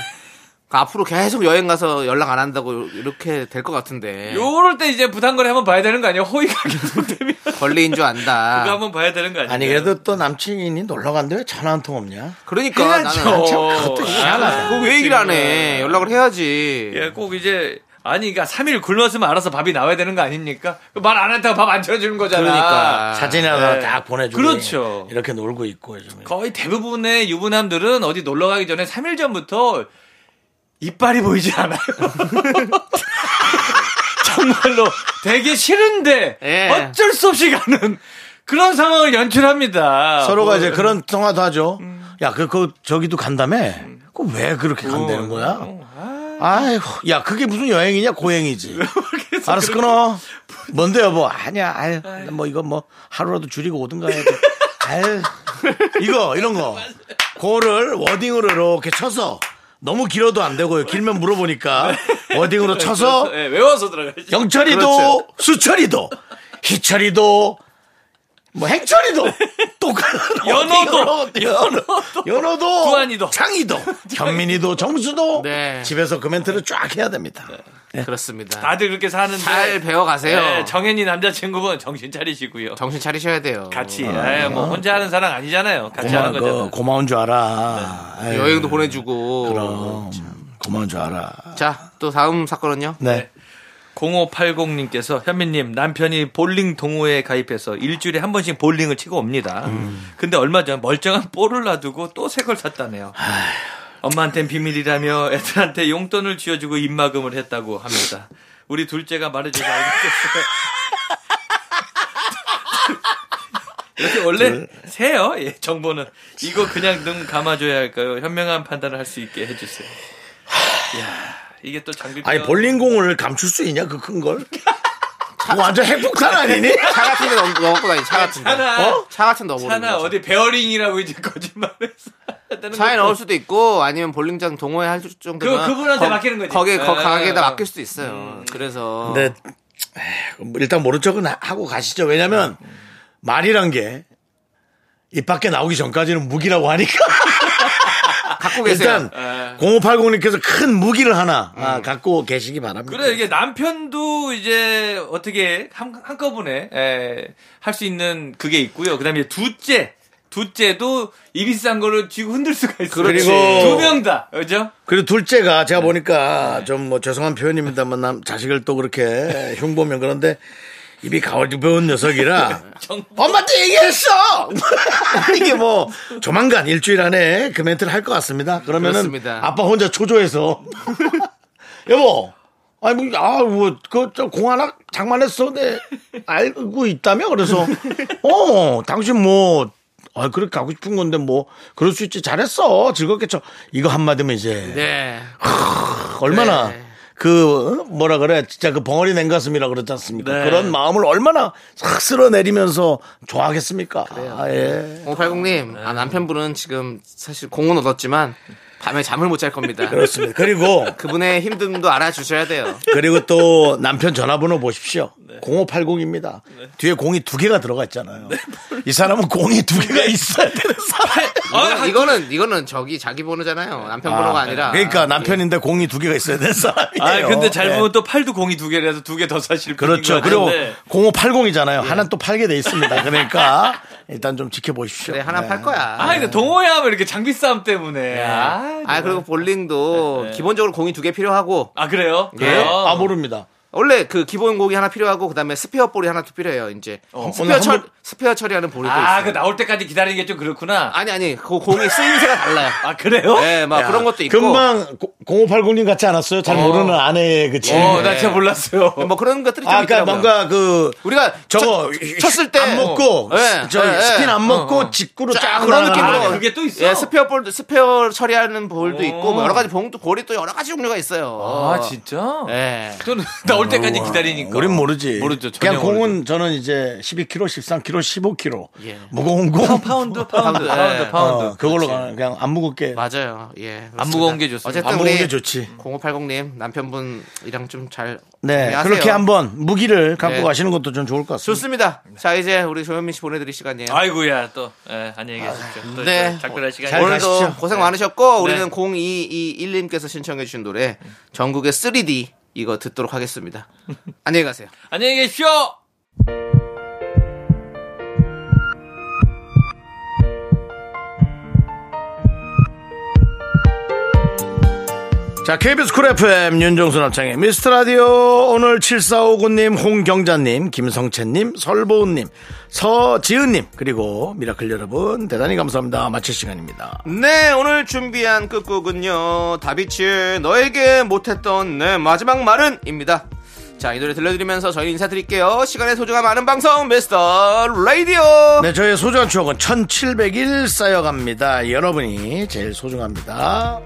B: 그 앞으로 계속 여행 가서 연락 안 한다고 이렇게 될 것 같은데
J: 요럴 때 이제 부담거리 한번 봐야 되는 거 아니에요? 호의가 계속되면.
B: 권리인 줄
J: 그거
B: 안다.
J: 한번 봐야 되는 거 아니에요?
A: 아니 그래도 또 남친이 놀러 간데 왜 전화 한 통 없냐?
B: 그러니까
J: 어.
B: 나는
J: 그것도 희한하다.
B: 그거 아, 왜 얘기를 안 해? 연락을 해야지.
J: 예, 꼭 이제 아니 그러니까 3일 굶었으면 알아서 밥이 나와야 되는 거 아닙니까? 그 말 안 한다고 밥 안 차려주는 거잖아.
B: 그러니까.
A: 사진이라도
J: 네.
A: 딱 보내주고
J: 그렇죠.
A: 이렇게 놀고 있고 요즘에.
J: 거의 대부분의 유부남들은 어디 놀러 가기 전에 3일 전부터 이빨이 보이지 않아요. 정말로 되게 싫은데
B: 예.
J: 어쩔 수 없이 가는 그런 상황을 연출합니다.
A: 서로가
J: 뭐,
A: 이제 그런 통화도 하죠. 야, 그, 그, 저기도 간다며? 그 왜 그렇게 간다는 거야? 어, 아이고, 야, 그게 무슨 여행이냐? 고행이지. 알았어, 끊어. 뭔데, 여보? 아니야, 아유, 뭐, 이거 뭐, 하루라도 줄이고 오든가 해야 돼. 아유, 이거, 이런 거. 그거를 워딩으로 이렇게 쳐서 너무 길어도 안 되고요. 길면 물어보니까 워딩으로 쳐서
J: 예, 외워서 들어가야지.
A: 영철이도 수철이도 희철이도 뭐 행철이도 똑같은
J: 연어도,
A: 연어, 연어도
J: 구한이도.
A: 창이도 현민이도 정수도
B: 네.
A: 집에서 그 멘트를 쫙 해야 됩니다.
J: 네.
B: 그렇습니다.
J: 다들 그렇게 사는데.
B: 잘 배워가세요.
J: 네, 정현이 남자친구분 정신 차리시고요.
B: 정신 차리셔야 돼요. 어,
J: 같이. 예, 뭐 혼자 하는 사랑 아니잖아요. 같이
A: 어. 고마,
J: 하는 거죠. 네.
A: 그, 고마운 줄 알아.
J: 예.
A: 아유,
B: 여행도 보내주고.
A: 그럼 고마운 줄 알아.
B: 자, 또 다음 사건은요.
A: 네.
J: 0580님께서 현민님 남편이 볼링 동호회에 가입해서 일주일에 한 번씩 볼링을 치고 옵니다.
A: 음.
J: 근데 얼마 전 멀쩡한 볼을 놔두고 또 새 걸 샀다네요. 엄마한텐 비밀이라며 애들한테 용돈을 쥐어주고 입마금을 했다고 합니다. 우리 둘째가 말해줘서 알게 됐어요. 이렇게 원래 새요 예, 정보는 이거 그냥 눈 감아줘야 할까요? 현명한 판단을 할 수 있게 해주세요. 이야, 이게 또 장비.
A: 아니 볼링공을 감출 수 있냐 그 큰 걸? 그거 완전 핵폭탄 아니니?
B: 차 같은 데 넣- 넣고 다니. 차 같은 데.
J: 차나
B: 차 같은 데 넣어보는
J: 차나
B: 거죠.
J: 어디 베어링이라고 이제 거짓말했어.
B: 그렇죠. 차에 넣을 수도 있고 아니면 볼링장 동호회 할 정도면
J: 그- 그분한테 맡기는 거지.
B: 거기 거
J: 예. 음. 네,
B: 가게에다 맡길 수도 있어요. 그래서
A: 근데 에휴, 뭐 일단 모른 척은 하- 하고 가시죠. 왜냐면 말이란 게 입 밖에 나오기 전까지는 무기라고 하니까
B: 갖고 계세요.
A: 일단 0580님께서 큰 무기를 하나 아, 갖고 계시기 바랍니다.
J: 그래 이게 남편도 이제 어떻게 한, 한꺼번에 예, 할 수 있는 그게 있고요. 그다음에 둘째 둘째도 입이 싼 거를 쥐고 흔들 수가 있어요.
A: 그렇지.
J: 두 명 다. 그죠?
A: 그리고 둘째가
B: 네.
A: 제가 보니까 좀 뭐 죄송한 표현입니다만 남 자식을 또 그렇게 흉보면 그런데 입이 가을배운 녀석이라 엄마한테 얘기했어 이게 뭐 조만간 일주일 안에 그 멘트를 할 것 같습니다 그러면은
B: 그렇습니다.
A: 아빠 혼자 초조해서 여보 아니 뭐, 뭐아뭐그공 하나 장만했어 내 알고 있다며 그래서 어 당신 뭐 아, 그렇게 가고 싶은 건데, 뭐, 그럴 수 있지. 잘했어. 즐겁겠죠. 이거 한마디면 이제.
B: 네.
A: 얼마나
B: 네.
A: 그 뭐라 그래 진짜 그 벙어리 냉가슴이라 그러지 않습니까?
J: 네.
A: 그런 마음을 얼마나 싹 쓸어내리면서 좋아하겠습니까? 아, 예.
B: 580님, 아, 남편분은 지금 사실 공은 얻었지만 밤에 잠을 못 잘 겁니다.
A: 그렇습니다. 그리고
B: 그분의 힘듦도 알아주셔야 돼요.
A: 그리고 또 남편 전화번호 보십시오.
B: 네.
A: 0580입니다. 뒤에 공이 두 개가 들어가 있잖아요. 이 사람은 공이 두 개가 있어야 되는 사람.
B: 아,
J: 아,
B: 이거는, 이거는, 이거는 저기 자기 번호잖아요. 남편 번호가 아니라. 예.
A: 그러니까 남편인데 공이 두 개가 있어야 되는 사람이에요.
J: 아 근데 잘
A: 예.
J: 보면 또 팔도 공이 두 개라서 두 개 더 사실
A: 그렇죠.
J: 분인 것
A: 그리고
J: 같은데.
B: 네.
A: 0580이잖아요. 하나는 또 팔게 돼 있습니다. 그러니까 일단 좀 지켜보십시오.
B: 네, 하나
A: 네.
B: 팔 거야.
J: 아 근데 동호회 하면 이렇게 장비 싸움 때문에. 아,
A: 네.
B: 아, 그리고 볼링도 기본적으로 공이 두 개 필요하고,
J: 아 그래요?
B: 예.
J: 그래요?
A: 아 모릅니다.
B: 원래 그 기본 공이 하나 필요하고, 그 다음에 스페어 볼이 하나 또 필요해요, 이제.
A: 오늘
B: 스페어
A: 한
B: 처리,
A: 번-
B: 스페어 처리하는 볼이 또 있어요.
J: 아, 그 나올 때까지 기다리는 게 좀 그렇구나.
B: 아니, 아니, 그 공이 쓰임새가 달라요.
J: 아, 그래요?
B: 네, 막 그런 것도 있고.
A: 금방 0580님 같지 않았어요? 잘 모르는 아내의 그 친구.
J: 어, 나 진짜 몰랐어요.
B: 뭐 그런 것들이 네, 좀
A: 아, 그러니까
B: 있더라고요.
A: 뭔가 그
B: 우리가
A: 저거
B: 쳤- 쳤을 때
A: 안 먹고
B: 어. 예,
A: 저
B: 예, 예.
A: 스핀 안 먹고 직구로
B: 쫙
A: 쫙
B: 그런 느낌으로
J: 아,
A: 올라가는
J: 그게 또 있어?
B: 예, 스페어 볼도 스페어 처리하는 볼도 있고 뭐
J: 오.
B: 여러 가지 봉도 볼이 또 여러 가지 종류가 있어요.
J: 아, 진짜?
B: 예.
J: 저는 나올 때까지 기다리니까.
A: 어, 우린 모르지.
J: 모르죠. 전혀
A: 그냥 공은
J: 모르죠.
A: 저는 이제 12kg, 13kg, 15kg
B: 예.
A: 무거운 공
J: 파운드, 파운드, 파운드,
B: 예.
J: 파운드.
A: 어, 그걸로 가는 그냥 안 무겁게
B: 맞아요. 예. 그렇습니다.
J: 안 무거운 게 좋습니다.
B: 어쨌든
A: 안 무거운
B: 우리
A: 게 좋지.
B: 0580님 남편분이랑 좀 잘
A: 네,
B: 하세요.
A: 그렇게 한번 무기를 갖고
B: 네.
A: 가시는 것도 좀 좋을 것 같습니다.
B: 좋습니다. 자 이제 우리 조현민 씨 보내드릴 시간이에요.
J: 아이고야, 또, 예, 안녕히 계십시오. 또,
B: 네.
J: 네. 작별할 시간이
A: 잘
J: 오늘
B: 오늘도
A: 가시죠.
B: 고생
J: 네.
B: 많으셨고 우리는 0221님께서 신청해 주신 노래 전국의 3D 이거 듣도록 하겠습니다. 안녕히 가세요.
J: 안녕히 계십시오!
A: 자, KBS 쿨 FM 윤종수 남창의 미스터 라디오 오늘 7459님, 홍경자님, 김성채님, 설보은님, 서지은님 그리고 미라클 여러분 대단히 감사합니다. 마칠 시간입니다.
B: 네, 오늘 준비한 끝곡은요. 다비치의 너에게 못했던 내 마지막 말은 입니다. 자, 이 노래 들려드리면서 저희 인사드릴게요. 시간의 소중함 아는 방송, 미스터 라디오!
A: 네, 저의 소중한 추억은 1701 쌓여갑니다. 여러분이 제일 소중합니다.